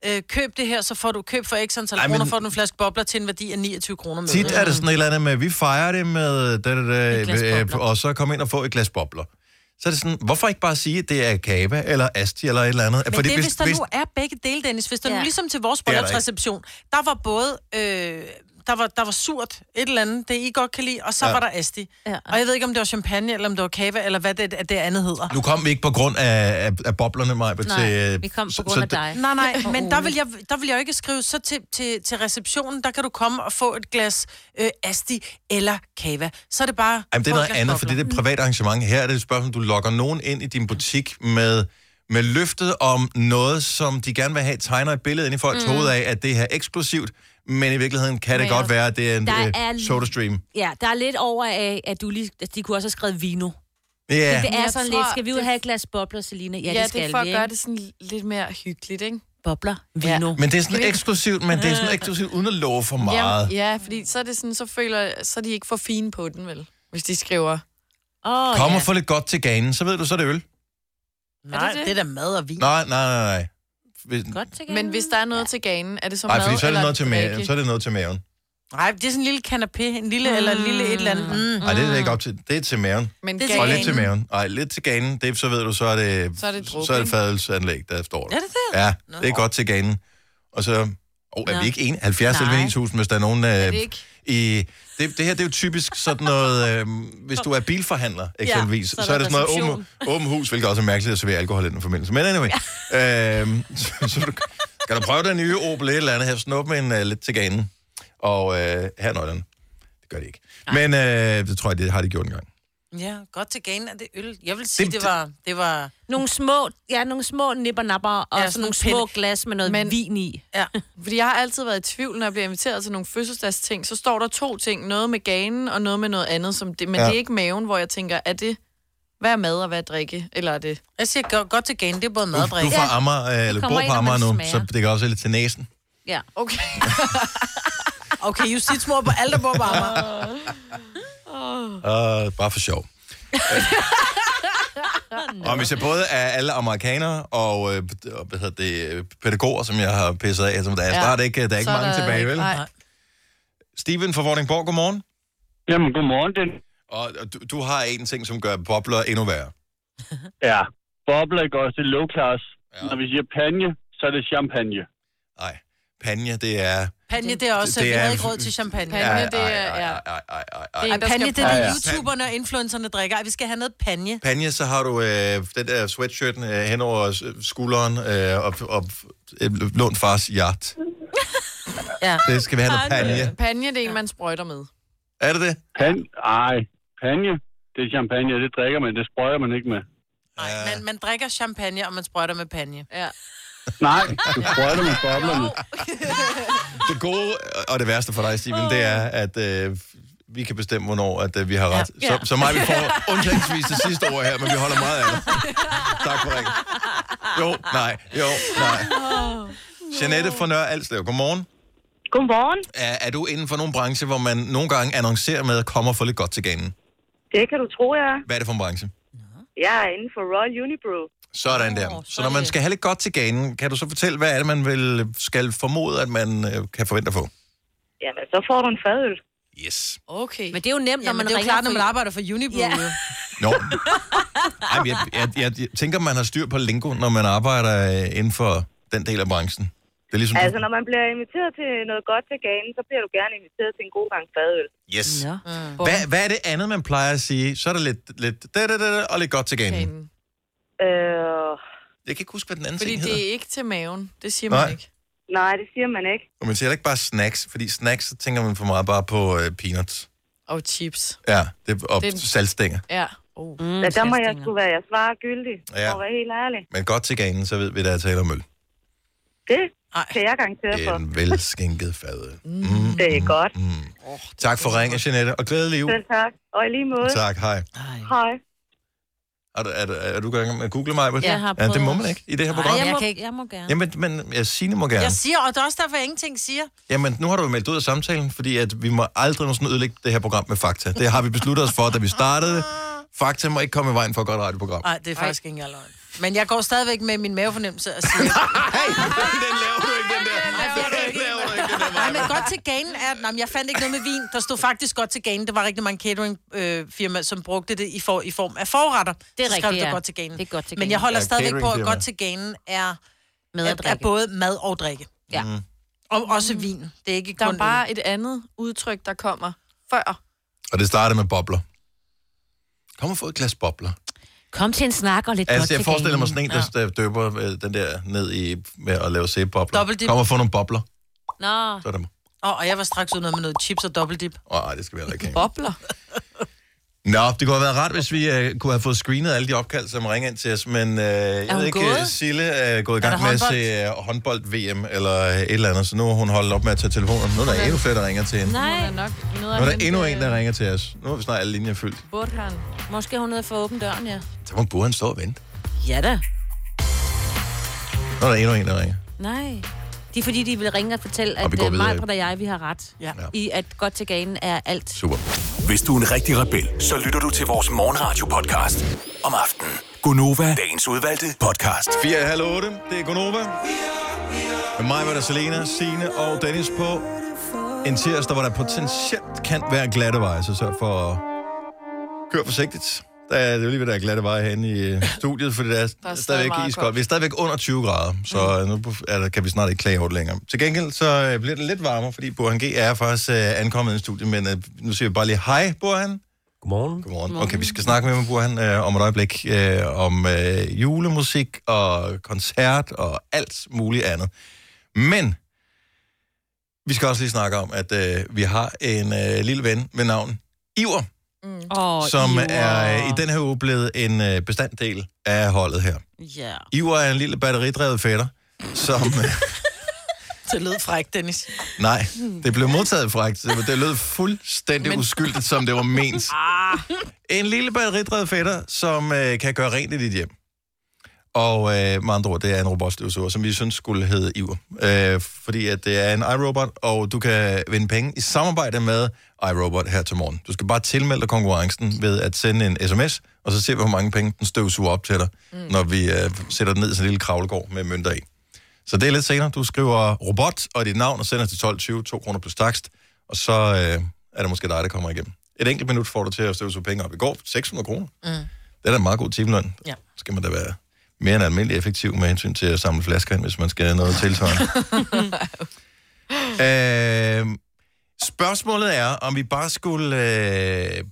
S4: Øh, køb det her, så får du køb for ekstra antal
S1: Ej, men-
S4: kroner, får du en flaske bobler til en værdi af 29 kroner med.
S1: Tit er det sådan et eller andet med, vi fejrer det med... Da, da,
S4: Et glas
S1: da,
S4: bobler.
S1: øh, og så kom ind og få et glas bobler. Så er det sådan, hvorfor ikke bare sige, at det er kava eller asti eller et eller andet?
S4: Men Fordi det, hvis, hvis der nu er begge dele, Dennis, hvis der ja. nu
S2: Ja.
S4: ligesom til vores
S1: er der
S4: bryllupsreception, der var både, øh, der, var, der var surt, et eller andet, det I godt kan lide, og så
S1: Ja.
S4: ja. var der asti.
S2: Ja.
S4: Ja. Og jeg ved ikke, om det var champagne, eller om det var kava, eller hvad det, det andet hedder.
S1: nu kom vi ikke på grund af, af, af boblerne, Maja,
S2: Nej,
S1: til... øh,
S2: vi kom på
S1: så-
S2: grund
S1: så
S2: af
S1: det-
S2: dig.
S4: Nej, nej, *laughs*
S2: Og
S4: men der
S2: Ole.
S4: vil, jeg, der vil jeg jo ikke skrive, så til, til, til receptionen, der kan du komme og få et glas øh, asti eller kava. Så er det bare...
S1: Jamen, det er
S4: få et
S1: noget
S4: glas
S1: andet, for
S4: bobler.
S1: det er et privat arrangement. Her er det et spørgsmål, du lokker nogen ind i din butik med, med løftet om noget, som de gerne vil have, tegner et billede ind i folks mm. hoved af, at det her er eksklusivt, men i virkeligheden kan det
S3: Men
S1: godt
S3: jeg-
S1: være, at det er en
S2: Der
S1: øh,
S2: er-
S1: sodastream.
S2: Ja, der er lidt over af, at du lige, at de kunne også have skrevet vino.
S1: Ja,
S2: Ja. Det er
S3: Jeg
S2: sådan
S3: tror,
S2: lidt, skal vi jo
S3: det-
S2: have et glas bobler, Selina? Ja,
S3: ja,
S2: ja, det skal
S3: det er for
S2: vi,
S3: at gøre
S2: ikke?
S3: det sådan lidt mere hyggeligt, ikke?
S2: Bobler,
S3: Ja.
S2: vino.
S1: men det er sådan eksklusivt, men det er sådan eksklusivt uden at love for meget.
S3: Jamen, ja, fordi så er det sådan, så føler så er de ikke for fine på den, vel? Hvis de skriver,
S2: Åh,
S1: Kom og få lidt godt til ganen, så ved du, så er det øl.
S4: Nej,
S3: det det?
S4: det er da mad og vin.
S1: Nej, nej, nej, nej. Hvis-
S2: Godt til
S3: men hvis der er noget til ganen, er det så
S1: Nej,
S3: mad
S1: fordi så er, det
S3: eller
S1: noget til maven,
S3: drikke?
S1: så er det noget til maven.
S4: Nej, det er sådan en lille kanapé, en lille mm. eller en lille et eller andet. Mm.
S1: Nej, det er det ikke op til. Det er til maven.
S3: Men
S4: Det er til
S1: Og
S3: ganen,
S1: lidt til maven. Nej, lidt til ganen. Det, så ved du, så er det,
S3: Så er det druk,
S1: så er det
S3: ikke?
S1: fadelsanlæg, der står der.
S4: Er det det?
S1: Ja, det er godt til ganen. Og så... Oh, er
S2: Nå.
S1: vi ikke en? 70
S2: Nej.
S1: eller 9000, hvis der er nogen... Øh, er
S3: det ikke?
S1: I, det, det her, det er jo typisk sådan noget... Øh, hvis du er bilforhandler, eksempelvis, ja, så,
S2: er
S1: så er
S2: der
S1: det sådan noget åben,
S2: reception.
S1: åben hus, hvilket også er mærkeligt at servere alkohol i den forbindelse. Men anyway, ja. øh, *laughs* så, så du, kan du prøve den nye Opel et eller andet her? Snup med en øh, lidt til ganen. Og øh, her nøglerne. Det gør de ikke. Men øh, det tror jeg, det har de gjort en gang.
S4: Ja, godt til ganen er det øl. Jeg vil sige, det, det var... Det var
S2: Nogle små, ja, nogle små nippernapper og
S4: Ja,
S2: ja,
S4: sådan
S2: sådan nogle
S4: nogle
S2: små glas med noget
S3: Men-
S2: Men... vin i.
S4: ja.
S3: Fordi jeg har altid været i tvivl, når jeg bliver inviteret til nogle fødselsdagsting. Så står der to ting. Noget med ganen og noget med noget andet. Som det, men
S1: Ja.
S3: ja. det er ikke maven, hvor jeg tænker, er det... Hvad er mad og hvad er drikke? Eller er det...
S4: Jeg siger godt, godt til ganen, det er både mad
S1: Du,
S4: og
S1: du
S4: drik.
S1: får Amager, øh, eller
S2: kommer
S1: bor
S2: ind,
S1: på
S2: og
S1: Amager
S2: man
S1: nu,
S2: smager.
S1: så det kan også lidt til næsen.
S2: Ja.
S3: Okay.
S4: *laughs* Okay, Justits mor på alt, der bor på Amager.
S3: Mm.
S1: Uh, bare for
S3: *laughs*
S1: sjov. og hvis jeg både er alle amerikanere og øh, og, hvad hedder det, øh, pædagoger, som jeg har pisset af, som der er
S3: Ja.
S1: snart ikke, der er ikke
S3: Så er
S1: mange
S3: der
S1: tilbage,
S3: ikke-
S1: vel?
S3: nej.
S1: Steven fra Vordingborg, godmorgen.
S7: Jamen, godmorgen, den.
S1: Og og du, du har en ting, som gør bobler endnu værre.
S7: Ja, bobler ikke også, det er low class.
S1: Ja.
S7: Ja. Når vi siger panje, så er det champagne.
S1: Nej, panje, det er...
S4: Panje, det er også,
S1: Det-
S4: det,
S1: det
S4: vi
S1: er-
S4: havde ikke råd til champagne.
S3: Panje,
S1: Ej,
S3: det er-
S1: ej,
S3: ja.
S1: ej, ej, ej, ej, ej.
S3: Det er
S4: Ej,
S3: en, der
S4: panje,
S3: skal
S4: det er det,
S7: Ja, ja.
S4: youtuberne og influencerne drikker. Ej, vi skal have noget panje.
S1: Panje, så har du øh, den der sweatshirten øh, hen over øh, skulderen øh, og, og øh, lånt fars hjert.
S4: Ja.
S1: Det skal vi have noget panje.
S3: Panje, det er en, man sprøjter med.
S1: Er det det?
S7: Pan, ej, panje, det er champagne, det drikker man, det sprøjer man ikke med.
S4: Nej, man, man drikker champagne, og man sprøjter med panje.
S3: Ja.
S7: Nej, du sprøjter med boblerne.
S1: Det gode og det værste for dig, Steven, det er, at øh, vi kan bestemme, hvornår at, øh, vi har ret. Ja. Så, så mig, vi får undtagelsesvis det sidste ord her, men vi holder meget af det. Tak for ringen. Jo, nej, jo, nej. Jeanette fra Nørre Alslev, godmorgen.
S8: Godmorgen.
S1: Er, er du inden for nogle branche, hvor man nogle gange annoncerer med at komme og få lidt godt til ganen?
S8: Det kan du tro, jeg er.
S1: Hvad er det for en branche?
S8: Jeg er inden for Royal Unibrew.
S1: Sådan der. Så når man skal have lidt godt til ganen, kan du så fortælle, hvad er det, man vil, skal formode, at man øh, kan forvente at få?
S8: Jamen, så får du en fadøl.
S1: Mm-hmm. Yes.
S3: Okay.
S2: Men det er jo nemt, når
S4: Jamen,
S2: man
S4: det er jo
S2: ringer.
S4: klart, når man
S2: for-
S4: arbejder for Unibrew.
S2: Ja.
S4: jo.
S1: Nå. Ej, men jeg, jeg, jeg, jeg tænker, man har styr på lingo, når man arbejder øh, inden for den del af branchen. Det er ligesom...
S8: Altså, når man bliver inviteret til noget godt til ganen, så bliver du gerne inviteret til en god gang fadøl.
S1: Yes.
S2: Nå.
S1: Hvad, hvad er det andet, man plejer at sige? Så er der lidt, lidt da, da, da, da, og lidt godt til ganen.
S3: Panden.
S8: Øh,
S1: Jeg kan ikke huske, hvad den anden
S3: Fordi
S1: ting hedder.
S3: det er ikke til maven. Det siger man
S1: Nej.
S3: ikke.
S8: nej, det siger man ikke.
S1: Og man siger heller ikke bare snacks, fordi snacks, så tænker man for meget bare på øh, peanuts.
S3: Og chips.
S1: Ja, det, og
S3: Det-
S1: det... saltstænger.
S3: Ja. Oh.
S2: Mm,
S8: Så der må jeg
S2: festinger.
S8: sgu være, jeg svarer gyldig.
S1: Ja.
S8: Ja. For at være helt ærlig.
S1: Men godt til ganen, så ved vi, der er tale om øl.
S8: Det
S4: Ej.
S8: kan jeg garantere for.
S1: En velskænket fadøl. Mm.
S8: Det er godt.
S1: Tak for ringen, Jeanette, og glædelig jul.
S8: Selv tak. Og i lige måde.
S1: Tak, hej.
S8: Hej.
S1: Er, du- er, du- er du gået i gang med at google mig?
S2: Jeg har
S1: ja, det
S2: prøvet
S1: må man
S2: også.
S1: ikke i det her program.
S2: Ej, jeg,
S4: Jeg
S2: må,
S4: kan ikke-
S2: jeg må gerne.
S1: Jamen, men ja, Signe må gerne.
S4: Jeg siger, og det er også derfor, jeg ingenting siger.
S1: Jamen, nu har du jo meldt ud af samtalen, fordi at vi må aldrig nogensinde ødelægge det her program med fakta. Det har vi besluttet os for, da vi startede. Fakta må ikke komme i vejen for et godt radioprogram. *laughs*
S4: Nej, det er faktisk ikke engang løgn. Men jeg går stadigvæk med min mavefornemmelse og siger, *laughs*
S1: Hey, den laver du ikke, den der. Den laver du ikke, den der.
S4: nej, men godt til ganen er, nej, men jeg fandt ikke noget med vin. Der stod faktisk godt til ganen. Der var rigtig mange cateringfirmaer, øh, som brugte det i, for, i form af forretter. Det
S2: er
S4: så skrev
S2: rigtigt,
S4: det
S2: ja.
S4: godt til ganen.
S2: Det er godt til
S4: Men
S2: ganen.
S4: jeg holder
S1: Ja,
S4: stadigvæk på, at
S1: cateringfirma.
S4: godt til ganen er,
S2: Med
S4: er,
S2: at
S4: er
S2: drikke.
S4: både mad og drikke.
S2: Ja.
S4: Og også vin. Det er ikke
S3: Der
S4: kun
S3: er bare et andet udtryk, der kommer før.
S1: Og det startede med bobler. Kom og få et glas bobler.
S2: Kom til en snak og lidt godt
S1: Altså,
S2: til
S1: jeg forestiller mig
S2: ganen.
S1: sådan en, der, der døber øh, den der ned i med at lave
S4: Dobbelt
S1: sæbebobler.
S4: dip.
S1: Kom og få nogle bobler.
S2: Nå,
S1: Så er der...
S4: øl. Åh, og jeg var straks ude med noget chips og dobbelt dip.
S1: Åh, oh, det skal vi heller ikke have.
S3: Bobler.
S1: Nå, det kunne have været rart, hvis vi øh, kunne have fået screenet alle de opkald, som ringer ind til os, men øh, jeg ved
S3: hun
S1: ikke,
S3: gået?
S1: øh, Sille er gået i gang
S4: der
S1: med at se øh, håndbold-VM eller øh, et eller andet, så nu har hun holdt op med at tage telefonen. Nu er der endnu flere, der ringer til hende.
S2: nej.
S3: Der er nok noget
S1: Nu er der endnu
S3: øh,
S1: en, der ringer til os. Nu har vi snart alle linjer fyldt.
S3: Burhan.
S2: Måske hun nede for åben døren, ja.
S1: Så må Burhan stå og vente.
S2: Ja da.
S1: Nu er der endnu en, der ringer.
S2: Nej. Det er fordi, de vil ringe og fortælle,
S1: Og
S2: at
S1: vi går
S2: øh,
S1: videre.
S2: Majbrit og jeg, vi har ret.
S4: Ja.
S2: I at godt til ganen er alt.
S1: Super.
S5: Hvis du er en rigtig rebel, så lytter du til vores morgenradio-podcast om aftenen. Gunova, dagens udvalgte podcast.
S1: 4 halv 8. Det er Gonova. Med mig var der Selena, Signe og Dennis på en tirsdag, hvor der potentielt kan være glatte veje, så sørg for at køre forsigtigt. Der er, det er jo lige ved, der er glatte veje herinde i øh, studiet, for det er, der er
S3: stadig
S1: stadigvæk
S3: meget
S1: iskoldt.
S3: koldt.
S1: Vi er stadigvæk under 20 grader, så øh, nu er der, kan vi snart ikke klage over det længere. Til gengæld så øh, bliver det lidt varmere, fordi Burhan G er faktisk øh, ankommet i studiet, men øh, nu siger vi bare lige hej, Burhan.
S9: Godmorgen.
S1: Godmorgen. Okay, vi skal snakke med, med Burhan øh, om et øjeblik øh, om øh, julemusik og koncert og alt muligt andet. Men vi skal også lige snakke om, at øh, vi har en øh, lille ven med navn Iver,
S2: Oh,
S1: som er øh, i den her uge blevet en øh, bestanddel af holdet her.
S4: Ja.
S1: Iver er en lille batteridrevet fætter, som... øh,
S4: Det lød fræk, Dennis.
S1: Nej, det blev modtaget frækt. Det var- Det lød fuldstændig Men... Ah. uskyldigt, som det var ment. En lille batteridrevet fætter, som øh, kan gøre rent i dit hjem. Og øh, med andre ord, det er en robotstøvsuger, som vi synes skulle hedde Iver. Øh, fordi at det er en iRobot, og du kan vinde penge i samarbejde med iRobot her til morgen. Du skal bare tilmelde dig konkurrencen ved at sende en sms, og så ser vi, hvor mange penge den støvsuger op til dig, mm. når vi øh, sætter den ned i sådan en lille kravlegård med mønter i. Så det er lidt senere. Du skriver robot og dit navn og sender til 12.20, 2 kroner plus takst, og så øh, er det måske dig, der kommer igennem. Et enkelt minut får du til at støvsuge penge op. I går 600 kroner. Mm. Det er da en meget god timeløn.
S4: Ja.
S1: Skal man da være mere end almindelig effektiv med hensyn til at samle flasker ind, hvis man skal have noget tilsvarende. øh, spørgsmålet er, om vi bare skulle øh,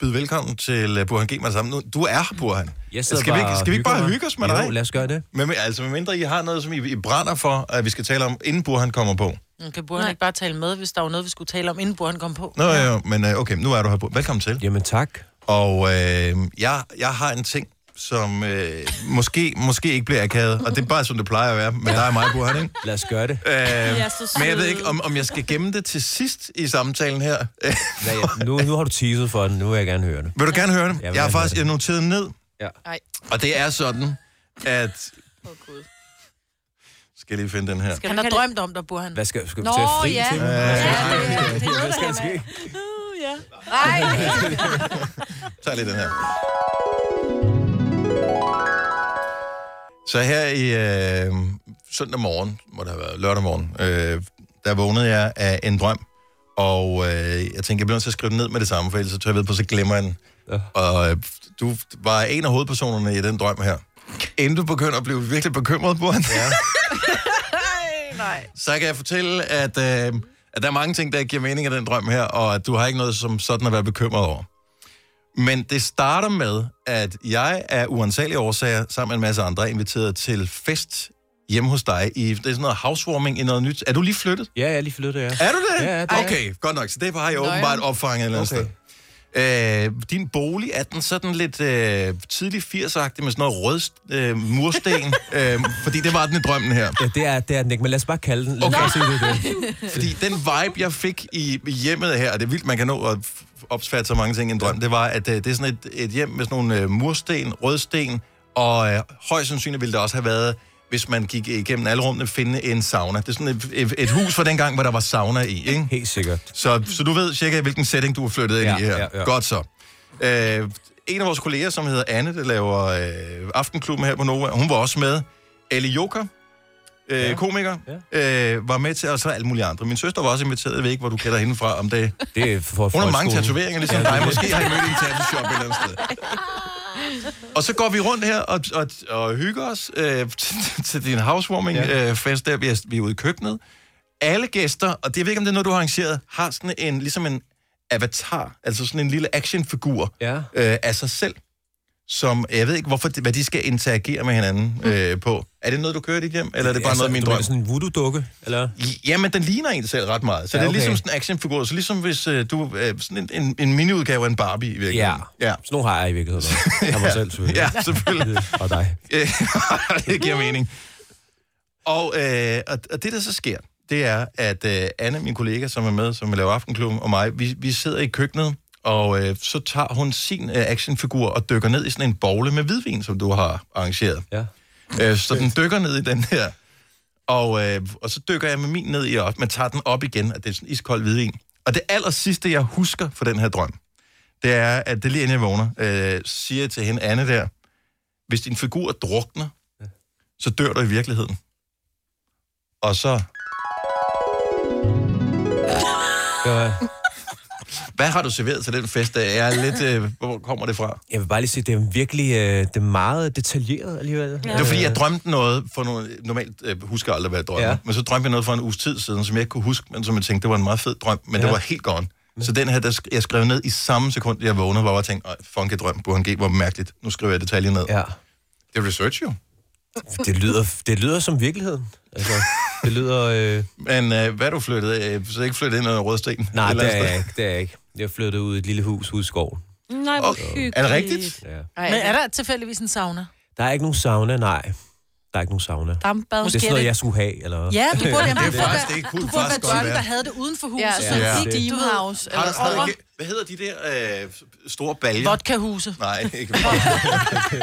S1: byde velkommen til øh, Burhan G. med det samme. Nu, du er her, Burhan.
S6: Jeg sidder
S1: skal, vi ikke,
S6: og
S1: skal vi ikke bare
S6: hygger mig.
S1: hygge os med dig?
S6: Jo, lad os gøre det.
S1: Men, men- altså, medmindre I har noget, som I, I brænder for, at vi skal tale om, inden Burhan kommer på.
S4: Mm, Kan Burhan ikke bare tale med, hvis der var noget, vi skulle tale om, inden Burhan kom på?
S1: Nå, ja. jo, men øh, okay, nu er du her på. Velkommen til.
S6: Jamen tak.
S1: Og øh, jeg, jeg har en ting, som øh, måske, måske ikke bliver akavet, og det er bare, som det plejer at være, men der er mig, Burhan,
S9: *laughs*
S1: ikke?
S6: Lad os gøre det.
S1: Øh,
S2: Jeg er så
S1: men jeg ved
S2: sød.
S1: ikke, om, om jeg skal gemme det til sidst i samtalen her. Øh,
S6: Hvad, nu, nu har du teaset for den. Nu vil jeg gerne høre det.
S1: vil du gerne høre det?
S6: Jeg vil
S1: Jeg har
S6: gerne
S1: faktisk jeg noteret ned,
S6: Ja.
S1: og det er sådan, at... Skal jeg lige finde den her?
S4: Han har drømt om dig, Burhan.
S6: Hvad skal, skal du
S3: Nå,
S6: tage fri
S3: ja.
S6: til?
S3: Ja,
S6: Hvad skal der ske?
S2: ja.
S3: Nej,
S1: tager lige den her. Så her i øh, søndag morgen, må det have været lørdag morgen, øh, der vågnede jeg af en drøm, og øh, jeg tænkte, jeg bliver nødt til at skrive den ned med det samme, for ellers så tør jeg ved på, så glemmer jeg den.
S6: Ja.
S1: Og øh, du var en af hovedpersonerne i den drøm her. Inden du begynder at blive virkelig bekymret på den, ja. så kan jeg fortælle, at, øh, at der er mange ting, der giver mening af den drøm her, og at du har ikke noget som sådan at være bekymret over. Men det starter med, at jeg af uansagelige årsager, sammen med en masse andre, er inviteret til fest hjemme hos dig. I, det er sådan noget housewarming i noget nyt. Er du lige flyttet?
S6: Ja, jeg er lige flyttet, ja.
S1: Er du det?
S6: Ja, ja, det er
S1: okay, godt nok. Så det har jeg
S3: Nå, ja.
S1: åbenbart opfanget et eller andet sted. Øh, din bolig, er den sådan lidt øh, tidlig 80'er-agtig med sådan noget rød øh, *laughs* mursten? øh, fordi det var den i drømmen her.
S6: Ja, det er, det er den ikke, men lad os bare kalde den. Lad os
S1: Okay.
S6: bare sige, det er det.
S1: *laughs* Fordi den vibe, jeg fik i i hjemmet her, og det er vildt, man kan nå at f- opsfatte så mange ting i en drøm, det var, at øh, det er sådan et, et hjem med sådan nogle øh, mursten, rødsten, og øh, højst sandsynligt ville det også have været, hvis man gik igennem alle rummene, finde en sauna. Det er sådan et, et, et hus fra dengang, hvor der var sauna i, ikke?
S6: Helt sikkert.
S1: Så, så du ved cirka, hvilken setting du er flyttet ind
S6: Ja,
S1: i her.
S6: ja, ja.
S1: Godt så. Øh, en af vores kolleger, som hedder Anne, der laver øh, Aftenklubben her på Nova, hun var også med. Ali Joker, øh,
S6: Ja.
S1: komiker, ja. Øh, var med til, og så alle mulige andre. Min søster var også inviteret, jeg ved ikke, hvor du kender hende fra, om det...
S6: Det er for
S1: Hun har mange
S6: folkeskolen.
S1: tatoveringer, ligesom ja, dig. Måske har I mødt i en tattoo-shop et eller andet sted. Og så går vi rundt her og, og, og hygger os øh, til din housewarming-fest ja. øh, fest der. Vi er, vi er ude i køkkenet. Alle gæster, og det jeg ved ikke, om det er noget, du har arrangeret, har sådan en, ligesom en avatar, altså sådan en lille actionfigur
S6: Ja.
S1: øh, af sig selv, som jeg ved ikke, hvorfor, de- hvad de skal interagere med hinanden øh, på. Er det noget, du kører i dit hjem, eller er
S5: Altså,
S1: det bare noget, min
S6: du
S1: drøm?
S6: mener sådan en voodoo-dukke, eller?
S1: Jamen, den ligner en selv ret meget. Så ja,
S6: Ja,
S1: okay. det
S6: okay.
S1: er ligesom sådan en actionfigur. Så ligesom hvis øh, du... Øh, sådan en, en, en miniudgave af en Barbie, i
S6: Ja.
S1: virkeligheden. Ja.
S6: Sådan nogle har jeg i virkeligheden.
S1: *laughs*
S6: også. Jeg mig selv, selvfølgelig.
S1: Ja, selvfølgelig. *laughs*
S6: Og dig.
S1: Øh, det giver mening. Og, øh, og, og det, der så sker, det er, at øh, Anne, min kollega, som er med, som laver Aftenklubben, og mig, vi, vi sidder i køkkenet, og øh, så tager hun sin øh, actionfigur og dykker ned i sådan en bogle med hvidvin, som du har arrangeret.
S6: Ja.
S1: Øh, så den dykker ned i den her. Og, øh, og så dykker jeg med min ned i op, men tager den op igen, at det er sådan iskold hvidvin. Og det aller sidste, jeg husker for den her drøm, det er, at det er lige inden jeg vågner, øh, siger jeg til hende, Anne der, hvis din figur drukner, så dør du i virkeligheden. Og så,
S6: Ja.
S1: hvad har du serveret til den fest? Jeg er lidt, øh, hvor kommer det fra?
S6: Jeg vil bare lige sige, det er virkelig øh, det er meget detaljeret alligevel.
S1: Det var fordi, jeg drømte noget for nogle... Normalt øh, husker jeg aldrig, hvad jeg drømmer. Ja.
S6: Ja.
S1: Men så drømte jeg noget for en uges tid siden, som jeg ikke kunne huske, men som jeg tænkte, det var en meget fed drøm, men ja. det
S6: Ja.
S1: var helt gone. Så den her, der sk- jeg skrev ned i samme sekund, jeg vågnede, hvor jeg bare tænkte, "Ej, fuck, jeg drøm, Burhan G, hvor mærkeligt. Nu skriver jeg detaljer ned. Ja.
S6: Ja.
S1: Det er research jo.
S6: Det lyder, det lyder som virkeligheden. Altså, det lyder... Øh,
S1: Men øh, hvad er du flyttet af? Så ikke flyttet ind under rødsten?
S6: nej,
S1: Et eller
S6: det
S1: andet
S6: er jeg
S1: sted?
S6: ikke. Det er jeg ikke.
S5: Jeg flyttede ud i et lille hus ude i skoven.
S2: Nej, hvor hyggeligt.
S1: Er det rigtigt?
S5: Ja.
S3: Ej,
S4: Men er der tilfældigvis en sauna?
S5: Der er ikke nogen sauna, nej. Der er ikke nogen sauna. Det
S3: dampbad?
S5: er
S4: Måske
S5: sådan noget, jeg skulle have, eller *laughs* hvad?
S4: Ja, du burde jamen, du
S1: Det er
S4: burde
S1: faktisk
S4: være-
S1: ikke cool.
S4: Du burde
S1: Faktisk godt
S4: være døren,
S1: være.
S4: der havde det uden for
S3: Ja,
S4: huset, så
S3: sådan
S1: Ja.
S4: ja.
S3: en
S4: gik du ved.
S3: steamhouse.
S1: Har der
S3: Eller sådan
S1: stadig
S3: noget.
S1: ikke... Hvad hedder de der øh, store baljer?
S4: Vodkahuse.
S1: Nej, ikke bare.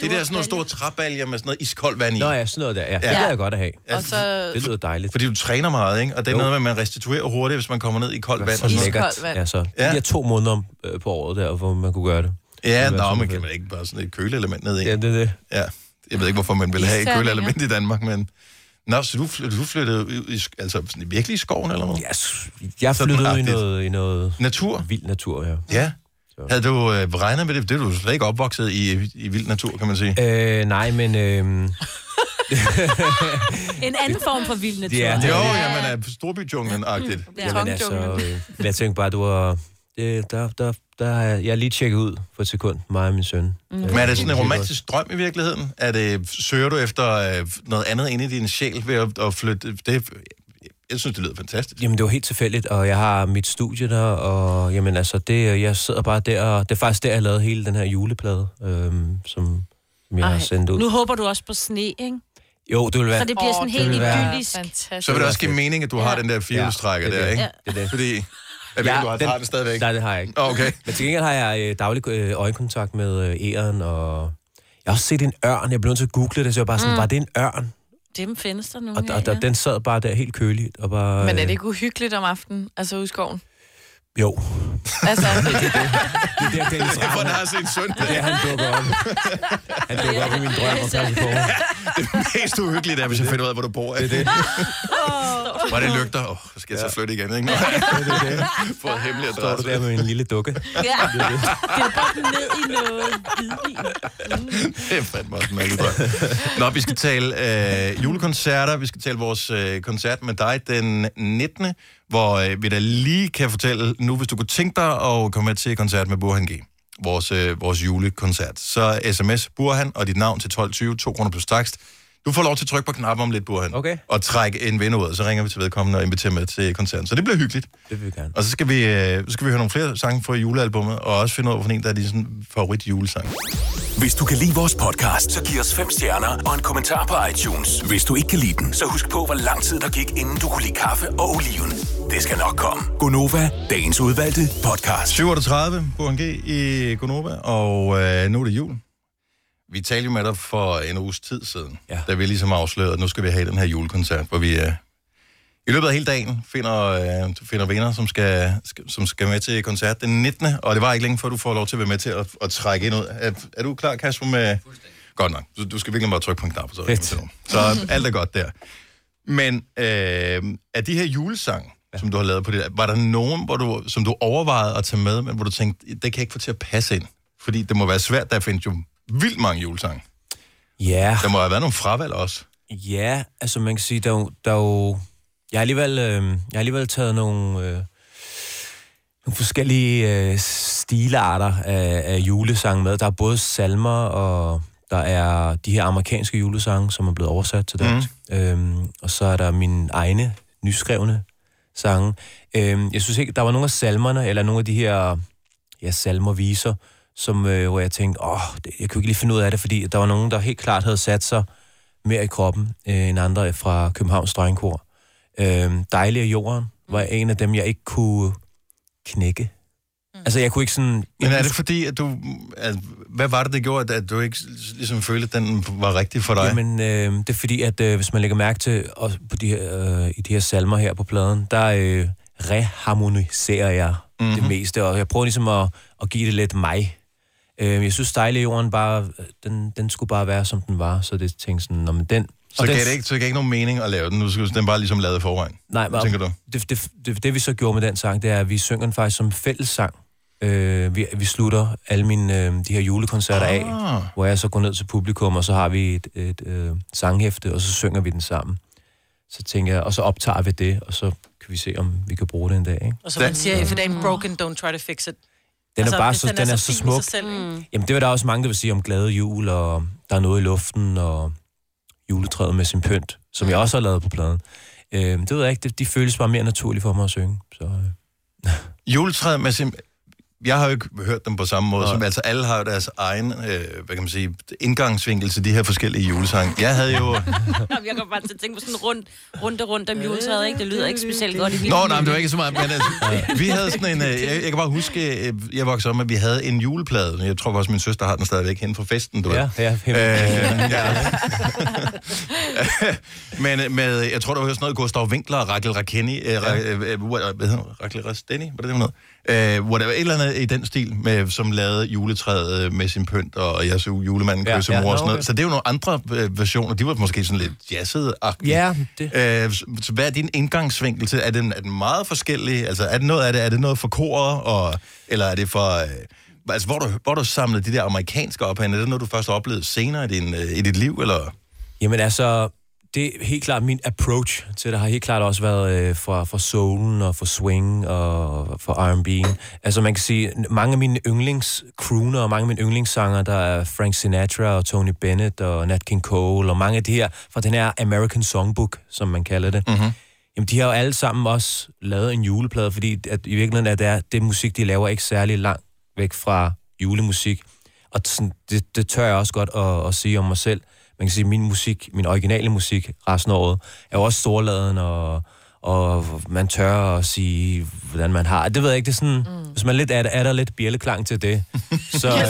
S1: *laughs* det der sådan nogle store træbaljer med sådan noget iskoldt vand i. Altså,
S5: Nå ja, sådan noget der. Ja, det
S1: Ja.
S5: vil jeg godt at have.
S3: Og så
S5: Det lyder dejligt.
S1: Fordi du træner meget, ikke? Og det er
S5: Jo.
S1: noget med, at man restituerer hurtigt, hvis man kommer ned i koldt vand.
S5: så
S1: Og sådan noget.
S5: lækkert.
S3: Iskoldt vand.
S5: Ja, så.
S1: Ja.
S5: Ja. De der to måneder øh, på året der, hvor man kunne gøre det.
S1: Ja,
S5: Det ville være
S1: nå,
S5: super
S1: men kan
S5: fedt.
S1: man ikke bare sådan et køleelement ned i?
S5: Ja, det er det.
S1: Ja. Jeg ved ikke, hvorfor man ville have et
S3: Isterninger.
S1: køleelement i Danmark, men... Nå, så du, fly, du flyttede ud i, sk- altså, sådan virkelig i skoven eller noget?
S5: Jeg, jeg
S1: Sådan
S5: flyttede ud i
S1: agtigt.
S5: noget, i noget
S1: Natur?
S5: vild natur, ja.
S1: Ja. Havde du øh, regnet med det? Det er du slet ikke opvokset i, i vild natur, kan man sige.
S5: Øh, nej, men øh,
S2: En anden form for vild natur.
S5: Det er det.
S1: Jo, ja, man er storbyjunglen-agtigt.
S5: Jamen altså, øh, men jeg tænkte bare, du var... Det, der, der, der har jeg, jeg er lige tjekket ud for et sekund, mig og min søn. Mm.
S1: Men er det sådan en romantisk drøm i virkeligheden? Er det, søger du efter øh, noget andet inde i din sjæl ved at, at flytte? Det, jeg synes, det lyder fantastisk.
S5: Jamen, det var helt tilfældigt, og jeg har mit studie der, og jamen altså, det, øh, jeg sidder bare der, og det er faktisk der, jeg lavede hele den her juleplade, øhm, som, som jeg har sendt ud.
S2: Nu håber du også på sne, ikke?
S5: Jo, det vil være...
S2: Så det bliver sådan
S5: det
S2: helt
S5: vil være-
S2: idyllisk.
S3: Fantastisk.
S1: Så vil det også give mening, at du har den der firehjulstrækker
S5: Ja, det er
S1: der,
S5: det.
S1: ikke?
S5: Ja. Det er det.
S1: Fordi, jeg ved, ja, du har, den, har den stadigvæk.
S5: Nej, det har jeg ikke.
S1: Okay.
S5: Men til gengæld har jeg øh, daglig øh, øjenkontakt med øh, æren, og jeg har også set en ørn. Jeg blev nødt til at google det, så jeg var bare sådan, mm. var det en ørn?
S2: Dem findes der
S5: Og,
S2: nogle
S5: og, og den sad bare der helt køligt. Og bare,
S3: Men er det
S5: øh,
S3: ikke uhyggeligt om aftenen, altså ude i skoven?
S5: Jo.
S3: Altså,
S5: Det er der,
S1: *laughs*
S5: Dennis
S1: For
S5: Ravn,
S1: der har set søn.
S5: det er, han dukker *laughs* op. Han dukker op i
S1: Mm-hmm.
S5: min drøm og passer på.
S1: Mest uhyggeligt er, hvis jeg finder ud af, hvor du bor. Det er det. Hvor det lygter. Åh, oh, skal jeg så flytte igen, ikke? Nej, For hemmelig
S5: Står du
S1: adresse.
S5: der med en lille dukke?
S2: Ja, det er bare ned i noget hvidvin.
S1: Det er fandme også en mærkelig drøm. Nå, vi skal tale øh, julekoncerter. Vi skal tale vores øh, koncert med dig den 19. Hvor øh, vi da lige kan fortælle nu, hvis du kunne tænke dig at komme med til koncert med Burhan G. Vores, øh, vores julekoncert. Så sms Burhan og dit navn til 1220, 2 kroner plus takst. Du får lov til at trykke på knappen om lidt, Burhan.
S5: Okay.
S1: Og trække en vinder ud, og så ringer vi til vedkommende og inviterer med til koncerten. Så det bliver hyggeligt.
S5: Det vil vi gerne.
S1: Og så skal vi, øh, så skal vi høre nogle flere sange fra julealbummet, og også finde ud af, hvilken en, der er din sådan, favorit julesang.
S10: Hvis du kan lide vores podcast, så giv os fem stjerner og en kommentar på iTunes. Hvis du ikke kan lide den, så husk på, hvor lang tid der gik, inden du kunne lide kaffe og oliven. Det skal nok komme. Gonova, dagens udvalgte podcast.
S1: 738 på G i Gonova, og øh, nu er det jul. Vi talte jo med dig for en uges tid siden, ja.
S5: Ja.
S1: da vi ligesom afslørede, at nu skal vi have den her julekoncert, hvor vi øh, i løbet af hele dagen finder, øh, finder venner, som skal, skal, som skal med til koncert den 19. Og det var ikke længe før, du får lov til at være med til at, at trække ind ud. Er, er du klar, Kasper, med... Godt nok. Du, du skal virkelig bare trykke på en knap, og så ringer
S5: Fedt.
S1: vi til nogen. Så alt er godt der. Men øh, er de her julesange, ja. som du har lavet på det, var der nogen, hvor du, som du overvejede at tage med, men hvor du tænkte, det kan jeg ikke få til at passe ind? Fordi det må være svært, der findes jo vildt mange julesange.
S5: Ja,
S1: Der må have været nogle fravalg også.
S5: ja, altså man kan sige, der er jo... Der er jo jeg, har alligevel, øh, jeg har alligevel taget nogle, øh, nogle forskellige øh, stilarter af, af julesang med. Der er både salmer, og der er de her amerikanske julesange, som er blevet oversat til dansk. Mm. Øhm, og så er der mine egne nyskrevne sange. Øhm, jeg synes ikke, der var nogle af salmerne, eller nogle af de her ja, salmer viser, som, øh, hvor jeg tænkte, åh, det, jeg kunne ikke lige finde ud af det, fordi der var nogen, der helt klart havde sat sig mere i kroppen øh, end andre fra Københavns Drengkor. Øh, Dejlig af jorden var en af dem, jeg ikke kunne knække. Altså, jeg kunne ikke sådan...
S1: Men er det fordi, at du... At, hvad var det, der gjorde, at, at du ikke ligesom følte, at den var rigtig for dig?
S5: Jamen, øh, det er fordi, at øh, hvis man lægger mærke til og på de her, øh, i de her salmer her på pladen, der øh, reharmoniserer jeg mm-hmm. det meste, og jeg prøver ligesom at, at give det lidt mig. Øh, jeg synes, dejlig jorden bare, øh, den, den skulle bare være, som den var, så det tænkte sådan, "Nå, men den...
S1: Så
S5: og den,
S1: gav det ikke, så gav det ikke nogen mening at lave den. Nu skal den bare ligesom lavet i forvejen.
S5: Nej,
S1: Hvad
S5: men,
S1: tænker du?
S5: Det, det, det, det vi så gjorde med den sang, det er, at vi synger den faktisk som fællessang. Øh, vi, vi slutter alle mine, øh, de her julekoncerter ah. af, hvor jeg så går ned til publikum, og så har vi et, et øh, sanghæfte, og så synger vi den sammen. Så tænker jeg, og så optager vi det, og så kan vi se, om vi kan bruge det en dag. Ikke?
S4: Og som man siger, if it ain't broken, don't try to fix it.
S5: Den altså, er bare
S4: hvis
S5: så, den er så
S4: fin i
S5: smuk. Mm.
S4: sig selv, ikke?
S5: Jamen, det var der også mange, der vil sige om glade jul, og der er noget i luften, og juletræet med sin pynt, som jeg også har lavet på pladen. Øh, det ved jeg ikke, det, de føles bare mere naturligt for mig at synge. Så, øh.
S1: Juletræet med sin... Jeg har jo ikke hørt dem på samme måde, som altså alle har jo deres egen, øh, hvad kan man sige, indgangsvinkel til de her forskellige julesange. Jeg havde jo...
S2: Nå, men jeg kan bare til at tænke på sådan en rund, runde rundt om juletræet, ikke? Det lyder ikke specielt godt i vildt.
S1: *laughs* Nå, nej, men det var ikke så meget. Men altså, *laughs* vi havde sådan en... øh, Jeg, jeg kan bare huske, øh, jeg voksede op med, at vi havde en juleplade. Jeg tror også, min søster har den stadigvæk henne fra festen, du ved.
S9: Ja, ja. *laughs*
S1: Øh, ja. *laughs* Men øh, med, jeg tror, der var sådan noget Gustav Winkler og Rakel Rakeni, øh, Ra- øh, øh, what- hvad hedder hun? Rakel Rasteni, var det det, hun hed? Øh, whatever, et eller andet i den stil, med, som lavede juletræet øh, med sin pynt, og jeg så julemanden
S9: Ja,
S1: kysse mor
S9: ja,
S1: og
S9: nå,
S1: sådan noget.
S9: okay.
S1: Så det er jo nogle andre øh, versioner. De var måske sådan lidt jazzede
S9: Ja, det-
S1: Øh, så- så hvad er din indgangsvinkel til? Er den, er den meget forskellig? Altså, er det noget af det? Er det noget for koret, og, eller er det for... Øh, altså, hvor du, hvor du samlede de der amerikanske op hen? Er det noget, du først oplevede senere i, din, øh, i dit liv, eller...
S9: Jamen altså, det er helt klart min approach til det har helt klart også været øh, fra, fra soulen og fra swing og fra R&B'en. Altså man kan sige, n- mange af mine yndlingscrooner og mange af mine yndlingssanger, der er Frank Sinatra og Tony Bennett og Nat King Cole og mange af de her fra den her American Songbook, som man kalder det. Mm-hmm. Jamen, de har jo alle sammen også lavet en juleplade, fordi at i virkeligheden er det, er- det musik, de laver, ikke særlig langt væk fra julemusik. Og sådan, det, det tør jeg også godt at, at sige om mig selv. Man kan sige, at min musik, min originale musik resten af året, er jo også storladen, og, og man tør at sige, hvordan man har. Det ved jeg ikke, det er sådan, mm. hvis man lidt er, er der lidt bjælleklang til det, så, øh,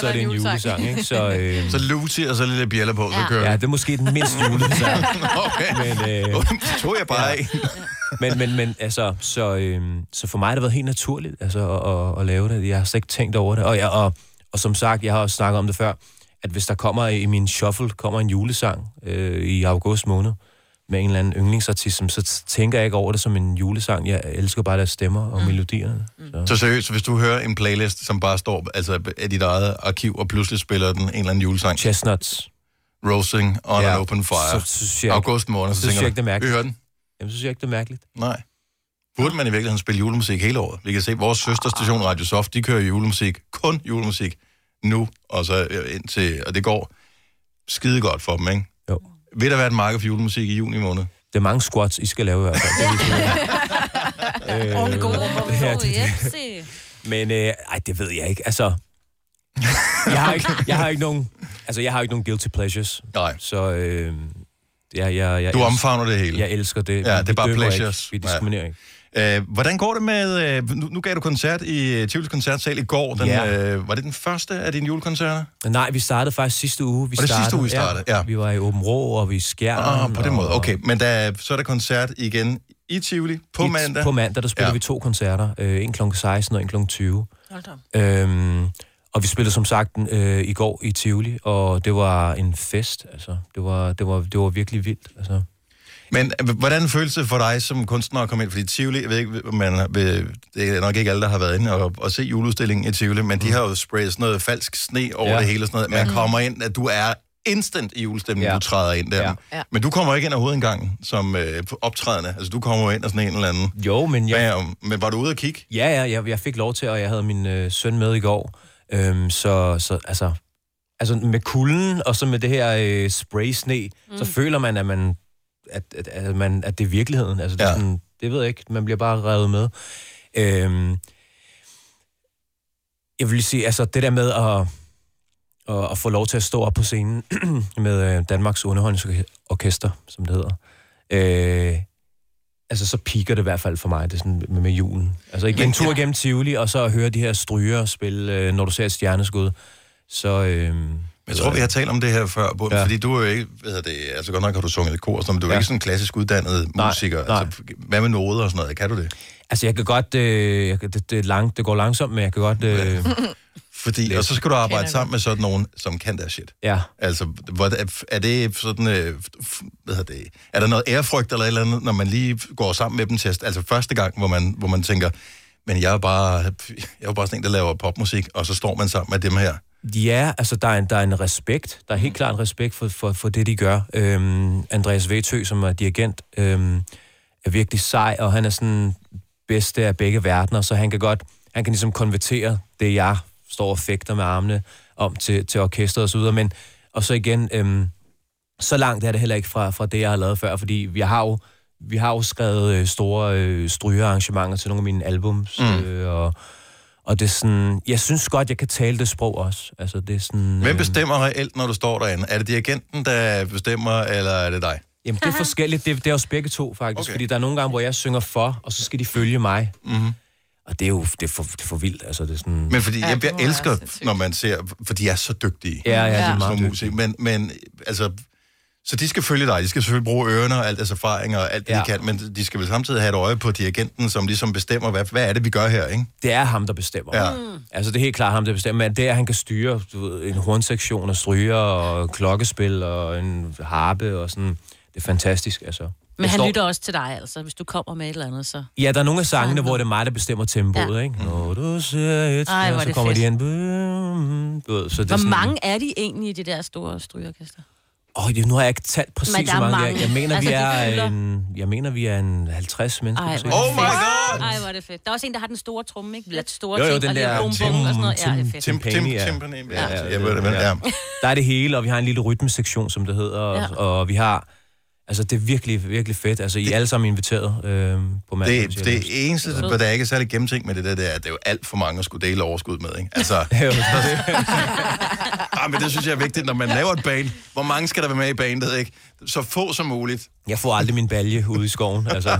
S9: så er det en julesang. Ikke?
S1: *laughs*
S9: Så, øh,
S1: Så luti og så lidt bjæller på, så kører
S9: ja,
S1: ja.
S9: det er måske den mindst julesang.
S1: *laughs* Okay,
S9: Men, øh,
S1: så tog jeg bare af.
S9: men, men, men altså, så, øhm, så for mig har det været helt naturligt altså, at, at, at lave det. Jeg har slet ikke tænkt over det. Og, jeg, og, og som sagt, jeg har også snakket om det før, at hvis der kommer i min shuffle, kommer en julesang øh, i august måned med en eller anden yndlingsartist, som- så t- tænker jeg ikke over det som en julesang. Jeg elsker bare deres stemmer og mm. melodierne. Så.
S1: Så seriøst, hvis du hører en playlist, som bare står altså, af dit eget arkiv, og pludselig spiller den en eller anden julesang,
S9: Chestnuts.
S1: Roasting on
S9: Ja,
S1: an Open Fire,
S9: så synes jeg ikke-
S1: august måned, så,
S9: så synes
S1: tænker
S9: jeg ikke, det er
S1: du, vi
S9: mærkeligt."
S1: hører den.
S9: Jamen, så synes jeg ikke, det er mærkeligt.
S1: Nej. Burde man i virkeligheden spille julemusik hele året? Vi kan se, vores søsterstation Radio Soft, de kører julemusik, kun julemusik, nu og så øh, indtil, og det går skide godt for dem, ikke?
S9: Jo.
S1: Vil der være et marked for julemusik i juni måned?
S9: Det er mange squats, I skal lave i hvert fald. Det er
S2: *laughs*
S9: ligesom-
S2: Åh, det gode rum, hvor vi
S9: Ja,
S2: får
S9: det-
S2: i Epsi.
S9: Men øh, ej, det ved jeg ikke. Altså, jeg har ikke, jeg har ikke nogen, altså, jeg har ikke nogen guilty pleasures.
S1: Nej.
S9: Så øh, jeg, jeg, jeg,
S1: Du
S9: elsker-
S1: omfavner det hele.
S9: jeg elsker det.
S1: Ja,
S9: Vi-
S1: det er
S9: vi
S1: bare
S9: dømmer
S1: pleasures.
S9: Ikke. Vi diskriminerer ikke.
S1: Øh, hvordan går det med... Øh, nu, nu gav du koncert i øh, Tivolis Koncertsal i går. Den,
S9: Ja.
S1: øh, var det den første af dine julekoncerter?
S9: Nej, vi startede faktisk sidste uge. Vi
S1: Var det sidste uge, I startede? Ja.
S9: Vi var i Åben Rå, og vi skær.
S1: Ah, på den måde. Okay, men der, så er der koncert igen i Tivoli på mandag.
S9: På mandag, der spiller
S1: Ja.
S9: ja. vi to koncerter. Øh, en kl. 16 og en kl. 20.
S4: Hold da op.
S9: Øhm, og vi spillede som sagt øh, i går i Tivoli, og det var en fest. Altså, det var, det var, det var virkelig vildt. Altså.
S1: Men øh, hvordan føles det for dig som kunstner at komme ind? Fordi Tivoli, jeg ved ikke, om man, ved, det er nok ikke alle, der har været inde og, og se juleudstillingen i Tivoli, men de har jo sprayet sådan noget falsk sne over
S9: Mm. Ja.
S1: det hele. og Sådan noget. Man kommer ind, at du er instant i julestemningen, ja.
S9: Ja.
S1: du træder ind der. Ja.
S9: Ja.
S3: Ja.
S1: Men du kommer ikke ind overhovedet engang som øh, optrædende. Altså, du kommer jo ind og sådan en eller anden.
S9: Jo, men jeg,
S1: Ja. Men var du ude at kigge?
S9: Ja, ja, jeg, jeg fik lov til, og jeg havde min øh, søn med i går. Øhm, så, så altså, altså med kulden og så med det her øh, spray-sne, mm. så føler man, at, man at, at, at, man, at det er virkeligheden. Altså, det, er
S1: Ja.
S9: sådan, det ved jeg ikke, man bliver bare revet med. Øhm, jeg vil lige sige, altså det der med at, at, at få lov til at stå op på scenen *clears throat* med øh, Danmarks Underholdningsorkester, som det hedder, øh, altså så piker det i hvert fald for mig, det er sådan med, med julen. Altså igen, en tur gennem Tivoli, og så at høre de her stryger spille, øh, når du ser et stjerneskud, så... Øh,
S1: Jeg tror, vi har talt om det her før, ja.
S9: Ja.
S1: fordi du er jo ikke, hvad hedder det, altså godt nok har du sunget i kor, og sådan noget, men du er ja.
S9: Ja.
S1: ikke sådan en klassisk uddannet
S9: Nej,
S1: musiker.
S9: nej.
S1: Altså, hvad med noder og sådan noget? Kan du det?
S9: Altså jeg kan godt... Øh, jeg, kan- det, det, er langt, det går langsomt, men jeg kan godt... Øh,
S1: Fordi, og så skal du arbejde sammen med sådan nogen, som kan der shit.
S9: ja.
S1: Altså, hvor, er det sådan, øh, f- hvad hedder det, er der noget ærefrygt eller et eller andet, når man lige går sammen med dem til, at- altså første gang, hvor man, hvor man tænker, men jeg er bare, jeg er jo bare sådan en, der laver popmusik, og så står man sammen med dem her.
S9: Ja, altså der er, en, der er en respekt. Der er helt klart en respekt for, for, for det, de gør. Øhm, Andreas Vetø, som er dirigent, øhm, er virkelig sej, og han er sådan bedste af begge verdener, så han kan godt, han kan ligesom konvertere det, jeg står og fægter med armene om til, til orkestret og så videre. Men, og så igen, øhm, så langt er det heller ikke fra, fra det, jeg har lavet før, fordi jeg har jo vi har jo skrevet øh, store øh, strygearrangementer til nogle af mine albums,
S1: Mm.
S9: mm. øh, og, og det er sådan, jeg synes godt, jeg kan tale det sprog også. Altså, det er sådan,
S1: Hvem
S9: øh,
S1: bestemmer reelt, når du står derinde? Er det dirigenten, der bestemmer, eller er det dig?
S9: Jamen,
S2: *laughs*
S9: det er forskelligt. Det, det er også begge to, faktisk.
S1: Okay.
S9: Okay. Fordi der er nogle gange, hvor jeg synger for, og så skal de følge mig.
S1: Mhm.
S9: Og det er jo det er for, det er for vildt. Altså, det er sådan...
S1: Men fordi
S3: Ja,
S1: jeg, jeg
S3: det må være
S1: elsker,
S3: sindssygt.
S1: når man ser, for de er så dygtige.
S9: Ja, ja, de er
S1: Sådan
S9: meget
S1: nogle
S9: dygtige.
S1: musikere. Men, men altså, så de skal følge dig. De skal selvfølgelig bruge ørerne og alt deres erfaringer og alt det, ja.
S9: Ja.
S1: de kan. Men de skal vel samtidig have et øje på dirigenten, som ligesom bestemmer, hvad, hvad er det, vi gør her, ikke?
S9: det er ham, der bestemmer.
S1: Ja.
S9: Altså, det er helt klart ham, der bestemmer. Men det er, at han kan styre du ved, en hornsektion og stryger og klokkespil og en harpe og sådan. Det er fantastisk, altså.
S2: Men
S9: Jeg
S2: han
S9: står-
S2: lytter også til dig, altså. Hvis du kommer med et eller andet, så...
S9: Ja, der er nogle af sangene, hvor det er mig, der bestemmer tempoet, ja. ikke? Når du ser et
S2: Ej, hvor er
S9: stjerne, så
S2: det
S9: kommer
S2: fedt.
S9: de ind. Du ved, så det er
S2: Hvor
S9: sådan,
S2: mange er de egentlig i det der store strygeorkester?
S9: Åh, oh, nu har jeg ikke talt præcis,
S2: Men der er
S9: hvor mange,
S2: mange.
S9: Jeg, jeg mener,
S2: Altså,
S9: vi
S2: det
S9: er
S2: fylder.
S9: en, jeg mener, vi er en 50 mennesker.
S2: Ej,
S9: på scenen.
S2: hvor
S1: Oh my god!
S2: Ej, hvor er det fedt. Der er også en, der har den store tromme, ikke? Lidt store
S9: Jo, jo,
S2: ting,
S9: den
S2: og lidt
S9: der
S2: bum,
S1: tim-
S2: bum, og sådan noget. Ja, det er fedt.
S1: Tim, tim,
S9: Timpani, ja.
S1: timpani. Ja,
S9: Ja,
S1: jeg ved det, men
S9: ja.
S1: ja.
S9: Der er det hele, og vi har en lille rytmesektion, som det hedder, og,
S2: Ja.
S9: ja. og vi har... Altså, det er virkelig, virkelig fedt. Altså, I er alle sammen inviteret øh, på mandag. hvis I
S1: Det,
S9: *laughs* har lyst.
S1: det eneste, der er ikke er særlig gennemtænkt med det der, det er, at det er jo alt for mange at skulle dele overskud med, ikke?
S9: *laughs*
S1: Altså,
S9: Jo,
S1: ah, men det synes jeg er vigtigt, når man laver et band. Hvor mange skal der være med i bandet, ikke? Så få som muligt.
S9: jeg får aldrig min balje ude i
S1: *laughs*
S9: skoven. Altså,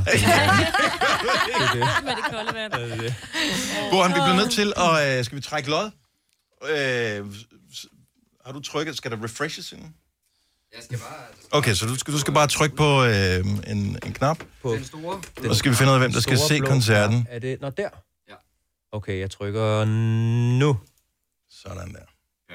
S2: Med det kolde vand.
S1: Burhan, vi bliver nødt til at... Øh, skal vi trække lod? Øh, s- har du trykket? Skal der refreshes inden?
S6: Jeg skal bare...
S1: Okay, så du skal, du skal bare trykke på øh, en, en knap,
S6: Den store...
S1: og så skal vi finde ud af, hvem der skal
S9: Store
S1: se
S9: blå
S1: koncerten.
S9: knap. Er det... Nå, der.
S6: Ja.
S9: Okay, jeg trykker nu.
S1: Sådan der.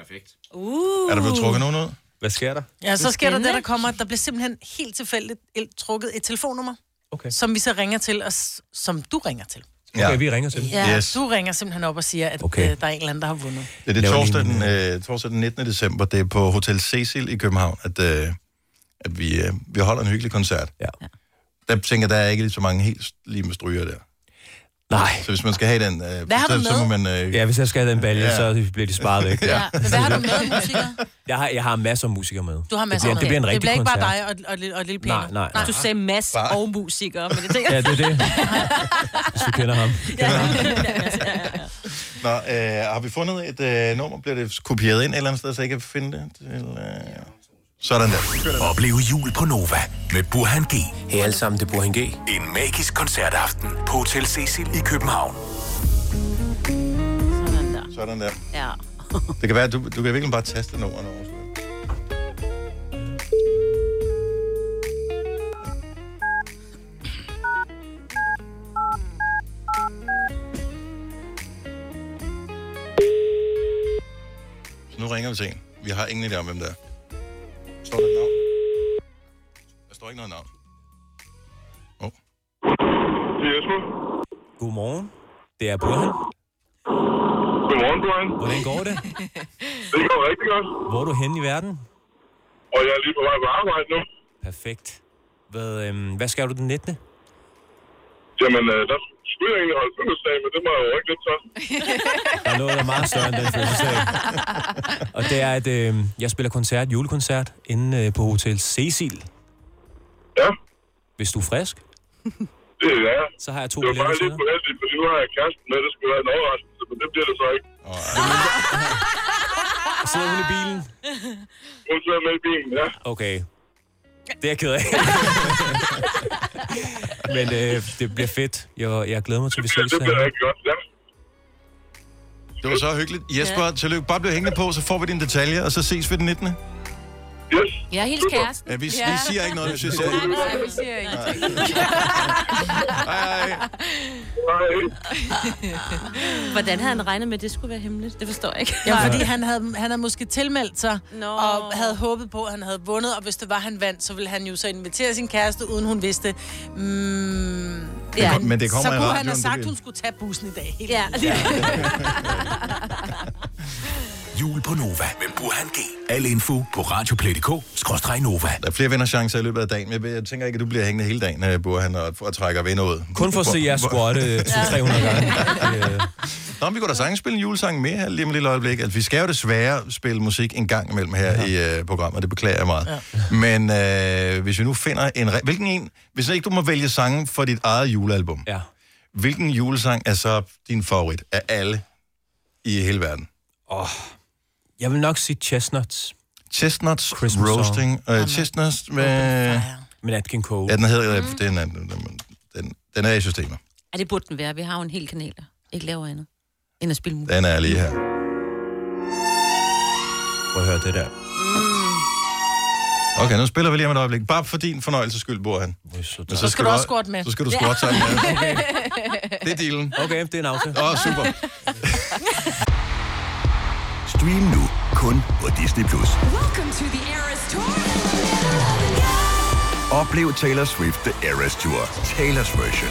S6: Perfekt.
S2: Uh.
S1: Er der blevet trukket nogen ud?
S9: Hvad sker der?
S4: Ja, så sker der det,
S2: spændende.
S4: der kommer, at der bliver simpelthen helt tilfældigt el- trukket et telefonnummer,
S9: Okay.
S4: som vi så ringer til, og s- som du ringer til.
S9: Okay, vi ringer til dem.
S4: Ja,
S1: Yes.
S4: yes. du ringer simpelthen op og siger, at
S9: Okay.
S4: okay. øh, der er en eller anden, der har vundet.
S1: Det er det
S9: Laver lige
S1: torsdag
S9: en,
S1: den, øh, torsdag den 19. december. Det er på Hotel Cecil i København, at, øh, at vi, øh, vi holder en hyggelig koncert.
S9: Ja.
S1: Der tænker jeg, der er ikke lige så mange helt lige med stryger der.
S9: Nej.
S1: Så hvis man skal have den, øh,
S4: Hvad har
S1: så,
S4: du
S1: så må man... Øh,
S9: Ja, hvis jeg skal have den balje,
S1: Ja.
S9: ja. så bliver de sparet væk.
S4: Ja. Men hvad har du med, musikere?
S9: Jeg har, jeg har masser af musikere med.
S4: Du har masser
S9: det bliver,
S4: med.
S9: Det bliver en
S4: det bliver
S9: rigtig
S4: ikke
S9: koncert.
S4: bare dig og, og, og, og et lille piano.
S9: Nej, nej, nej.
S2: Du sagde Mads og musikere, men det tænker
S9: Ja,
S2: jeg.
S9: det
S4: *laughs*
S9: er det. Hvis du kender ham.
S1: Nå, øh, har vi fundet et øh, nummer? Bliver det kopieret ind et eller andet sted, så jeg kan finde det? Til, øh... Sådan der.
S5: Mm. Oplev jul på Nova med Burhan G.
S9: Hej alle sammen, det er Burhan G.
S5: En magisk koncertaften på Hotel Cecil i København.
S2: Sådan der.
S1: Sådan der.
S2: Ja.
S1: Det kan være, at du, du kan virkelig bare taste nummerne over. Så nu ringer vi til en. Vi har ingen idé om, hvem det er. Står der et navn? Der står ikke noget navn. Åh. Oh.
S7: Det er Jesper.
S9: Godmorgen. Det er Burhan.
S7: Godmorgen, Brian.
S9: Hvordan går det?
S7: *laughs* Det går rigtig godt.
S9: Hvor er du henne i verden?
S7: Og jeg er lige på vej på arbejde nu.
S9: Perfekt. Hvad, øhm, hvad skal du den 19.
S7: Jamen, øh, der skulle jeg egentlig holde fødselsdag, men det må jeg jo ikke lidt så.
S9: Der er noget, der er meget større end den
S7: *laughs*
S9: fødselsdag. Og det er, at øhm, jeg spiller koncert, julekoncert, inde øh, på Hotel Cecil.
S7: Ja,
S9: Hvis du er frisk,
S7: det er jeg.
S9: så har jeg to
S7: Det var
S9: billetter
S7: bare
S9: til
S7: lidt
S9: dig.
S7: uheldigt, fordi nu har jeg kæresten med, det skulle være en overraskelse, men det bliver det så ikke.
S9: Sidder hun i bilen?
S7: Hun sidder med i bilen, ja.
S9: Okay. Det er jeg ked af. Men øh, det bliver fedt. Jeg, jeg glæder mig til, at vi
S7: Ja,
S9: ses
S7: det bliver
S9: herinde.
S7: rigtig godt, ja.
S1: Det var så hyggeligt. Jesper, ja. tillykke. Bare bliv hængende på, så får vi dine detaljer, og så ses vi den 19.
S7: Yes.
S3: Jeg er helt kæresten.
S1: Ja, vi, ja. vi siger ikke noget, hvis vi ser det. *laughs*
S3: Nej, vi siger ikke.
S1: Hej, hej.
S7: Hej.
S2: Hvordan havde han regnet med, at det skulle være hemmeligt? Det forstår jeg ikke.
S4: Ja, fordi han havde, han havde måske tilmeldt sig,
S2: Nå.
S4: no. og havde håbet på, at han havde vundet, og hvis det var, han vandt, så ville han jo så invitere sin kæreste, uden hun vidste. Mm, ja.
S1: men det kommer i
S4: så kunne han
S1: radioen,
S4: have
S1: det
S4: sagt,
S1: vil-
S4: hun skulle tage
S2: *laughs*
S4: bussen i dag. Helt
S2: Ja, lige
S5: Jul på Nova med Burhan G. Al info på radioplay.dk-nova.
S1: Der er flere vinderchancer i løbet af dagen, men jeg tænker ikke, at du bliver hængende hele dagen, øh, Burhan, og, og trækker vinder ud.
S9: Kun for at se jer squatte 200-300
S7: *laughs*
S9: gange.
S1: *laughs*
S9: øh,
S1: Nå, men vi kunne da sagtens spille en julesang mere her lige om et lille øjeblik. Altså, vi skal jo desværre spille musik en gang imellem her ja. i øh, programmet, det beklager jeg meget. Ja. Men øh, hvis vi nu finder en... re- Hvilken en... Hvis ikke du må vælge sangen for dit eget julealbum,
S9: Ja.
S1: hvilken julesang er så din favorit af alle i hele verden?
S9: Jeg vil nok sige chestnuts,
S1: Chestnuts
S9: Christmas song.
S1: Roasting. Øh, chestnuts med...
S9: men Atkin Cole.
S1: Ja, den hedder... Mm. Den, er, den, den, den er i systemet.
S2: Ja, det burde den være. Vi har jo en hel kanal, der ikke laver andet end at spille musik.
S1: Den er lige her.
S9: Prøv at høre det der.
S1: Okay, nu spiller vi lige om et øjeblik. Bare for din fornøjelses skyld, bor han.
S9: Hvor er så
S1: Men
S9: dejligt.
S4: Så skal du også squat med.
S1: Så skal du squat sammen
S4: *laughs*
S1: med. Okay. Det er dealen.
S9: Okay, det er en aftale.
S1: Åh, oh, super.
S5: Stream nu kun på Disney+. Plus. Oplev Taylor Swift The Eras Tour, Taylor's version.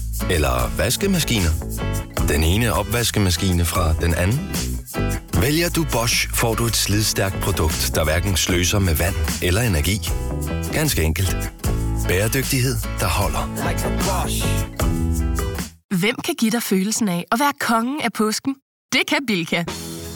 S11: Eller vaskemaskiner? Den ene opvaskemaskine fra den anden? Vælger du Bosch, får du et slidstærkt produkt, der hverken sløser med vand eller energi. Ganske enkelt. Bæredygtighed, der holder.
S12: Hvem kan give dig følelsen af at være kongen af påsken? Det kan Bilka!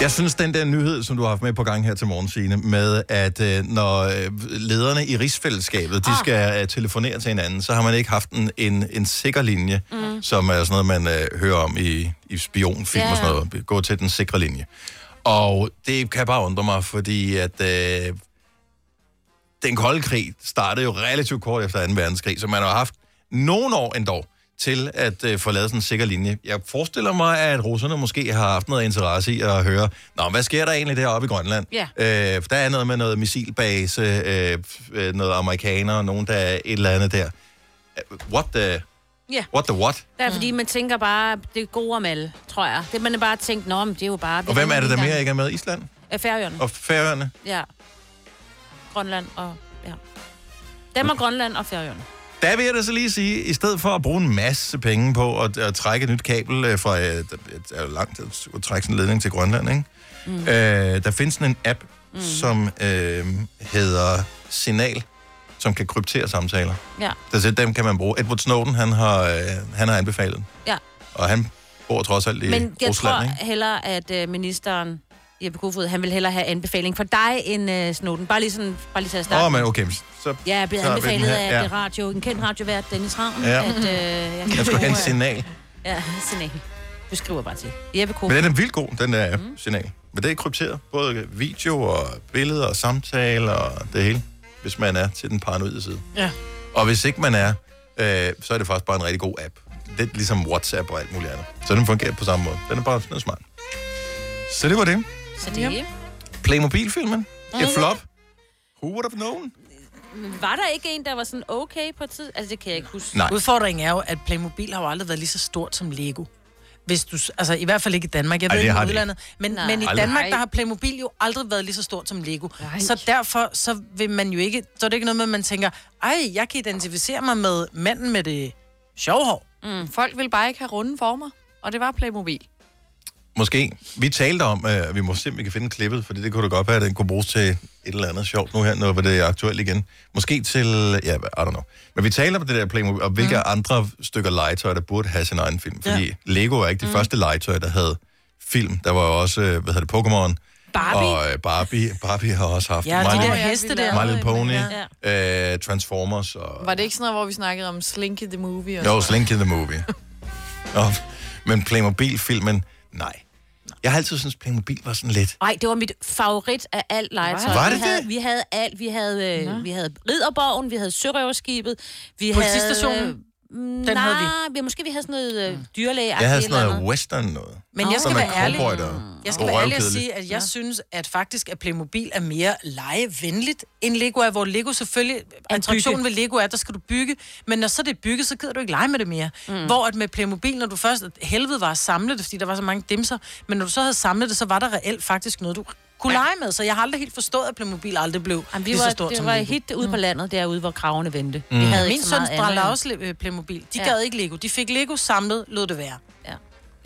S1: Jeg synes, den der nyhed, som du har haft med på gang her til morgen, Signe, med at øh, når øh, lederne i rigsfællesskabet,
S4: Ah.
S1: de skal øh, telefonere til hinanden, så har man ikke haft en, en, en sikker linje, mm. som er sådan noget, man øh, hører om i, i spionfilm yeah. og sådan noget. Gå til den sikre linje. Og det kan bare undre mig, fordi at øh, den kolde krig startede jo relativt kort efter 2. verdenskrig, så man har haft nogle år endda til at øh, få lavet sådan en sikker linje. Jeg forestiller mig, at russerne måske har haft noget interesse i at høre, Nå, hvad sker der egentlig deroppe i Grønland?
S2: Ja.
S1: Øh, for der er noget med noget missilbase, øh, øh, noget amerikanere, nogen der er et eller andet der. Øh, What the...
S2: Ja.
S1: What the what?
S2: Det er fordi, man tænker bare, det er gode om alle, tror jeg. Det man er bare tænkt, nå, men det er jo bare...
S1: Og hvem er det, der mere ikke er med? Island
S2: Er Færøerne,
S1: og Færøerne?
S2: ja. Grønland og... Ja. Dem og Grønland og Færøerne.
S1: Der vil jeg da så lige sige, i stedet for at bruge en masse penge på at, at trække et nyt kabel øh, fra, øh, der- det er jo langt at, at trække sådan en ledning til Grønland, ikke? Mm. Øh, der findes sådan en app, mm. som øh, hedder Signal, som kan kryptere samtaler.
S2: Ja,
S1: Der, så dem kan man bruge. Edward Snowden, han har, øh, han har anbefalet den,
S2: ja.
S1: og han bor trods alt i
S2: Men jeg
S1: Rusland,
S2: tror
S1: ikke?
S2: hellere, at øh, ministeren Jeppe Kofod, han vil hellere have anbefaling for dig end øh, Snowden. Bare lige, sådan, bare lige til at
S1: Åh,
S2: starte.
S1: oh, men okay, så...
S2: Ja, jeg er blevet
S1: Så er vi
S2: anbefalet
S1: den
S2: af
S1: her, ja.
S2: ja. radio, en kendt radiovært, Dennis Ravn,
S1: Ja.
S2: ja. at øh, jeg, kan
S1: Jeg skulle have en
S2: bruge-
S1: signal.
S2: Ja, signal. Du skriver bare til. Jeppe Kofod.
S1: Men den er vildt god, den der mm. signal. Men det er krypteret. Både video og billeder og samtaler og det hele. Hvis man er til den paranoide side.
S4: Ja.
S1: Og hvis ikke man er, øh, så er det faktisk bare en rigtig god app. Lidt ligesom WhatsApp og alt muligt andet. Så den fungerer på samme måde. Den er bare den er smart. Så det var det.
S2: Så det
S1: Playmobil-filmen. Det er flop. Who would have known?
S2: Var der ikke en, der var sådan okay på tid? Altså, det kan jeg ikke huske.
S1: Nej.
S4: Udfordringen er jo, at Playmobil har jo aldrig været lige så stort som Lego. Hvis du, s- altså i hvert fald ikke i Danmark. Jeg
S1: Ej,
S4: ved
S1: det
S4: ikke
S1: har
S4: om
S1: det
S4: udlandet. Men,
S2: Nej.
S4: men i
S1: Aldrig.
S4: Danmark, der har Playmobil jo aldrig været lige så stort som Lego.
S2: Nej.
S4: Nej. Så derfor, så vil man jo ikke, så er det ikke noget med, at man tænker, ej, jeg kan identificere mig med manden med det sjove hår.
S3: Mm. Folk ville bare ikke have runde former, og det var Playmobil.
S1: Måske. Vi talte om, øh, at vi må se, om vi kan finde klippet, fordi det kunne da godt være, at den kunne bruges til et eller andet sjovt nu her, når det er aktuelt igen. Måske til, ja, I don't know. Men vi talte om det der Playmobil, og hvilke mm. andre stykker legetøj, der burde have sin egen film. Fordi
S2: Ja.
S1: ja. Lego er ikke det mm. første legetøj, der havde film. Der var jo også, øh, hvad hedder det, Pokémon.
S2: Barbie.
S1: Og øh, Barbie. Barbie har også haft
S3: Ja, de der
S1: Little-
S3: heste der.
S1: My Little Pony, ja. øh, Transformers og
S3: Var det ikke sådan noget, hvor vi snakkede om Slinky the Movie?
S1: jo,
S3: og sådan noget?
S1: Slink in the Movie. Og, men Playmobil-filmen, nej. Jeg har altid syntes, Playmobil var sådan lidt...
S13: Nej, det var mit favorit af alt legetøj.
S1: Var det
S13: vi havde,
S1: det?
S13: Vi havde alt. Vi havde, øh, vi havde Ridderborgen, vi havde Sørøverskibet. Vi
S4: Politistationen?
S13: havde, Den nej,
S4: Den havde
S13: vi. vi måske vi havde sådan noget øh, dyrlæge.
S1: Jeg
S4: Altså,
S1: havde sådan noget western noget.
S4: Men jeg skal
S1: som er
S4: være ærlig.
S1: cowboy, der-
S4: Jeg skal
S1: og
S4: være ærlig og
S1: røvkedelig.
S4: sige, at jeg ja. synes, at faktisk, at Playmobil er mere legevenligt end Lego er, hvor Lego selvfølgelig, attraktionen ved Lego er, der skal du bygge, men når så det er bygget, så gider du ikke lege med det mere. Mm. Hvor at med Playmobil, når du først, helvede var at samle det, fordi der var så mange dimser, men når du så havde samlet det, så var der reelt faktisk noget, du kunne lege med, så jeg har aldrig helt forstået, at Playmobil aldrig blev
S13: Jamen, vi
S4: lige
S13: var,
S4: så stort
S13: det
S4: som
S13: var
S4: Lego.
S13: hit ude på landet, derude, hvor kravene vendte.
S4: Mm.
S13: Vi havde
S4: Min
S13: ikke så
S4: søn
S13: meget
S4: brændte
S13: andet.
S4: også øh, Playmobil. De
S13: Ja.
S4: ja. gad ikke Lego. De fik Lego samlet, lod det være.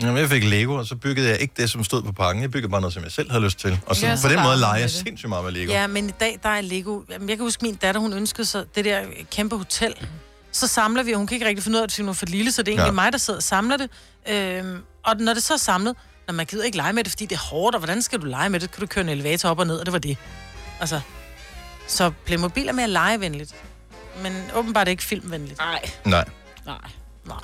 S1: Jamen, jeg fik Lego, og så byggede jeg ikke det, som stod på pakken. Jeg byggede bare noget, som jeg selv havde lyst til. Og så,
S4: Ja,
S1: ja,
S4: så
S1: på den
S4: bare
S1: måde
S4: sådan
S1: leger
S4: er
S1: jeg
S4: det.
S1: sindssygt meget med Lego.
S4: Ja, men i dag, der er Lego. Jamen, jeg kan huske, min datter, hun ønskede sig det der kæmpe hotel. Så samler vi, og hun kan ikke rigtig finde ud af, at hun er for lille, så det er egentlig
S1: Ja.
S4: ja. mig, der sidder og samler det. Øhm, og når det så er samlet, når man gider ikke lege med det, fordi det er hårdt, og hvordan skal du lege med det? Kan du køre en elevator op og ned, og det var det. Altså, så Playmobil er mere legevenligt. Men åbenbart ikke filmvenligt.
S13: Nej.
S1: Nej.
S13: Nej.
S4: Nej.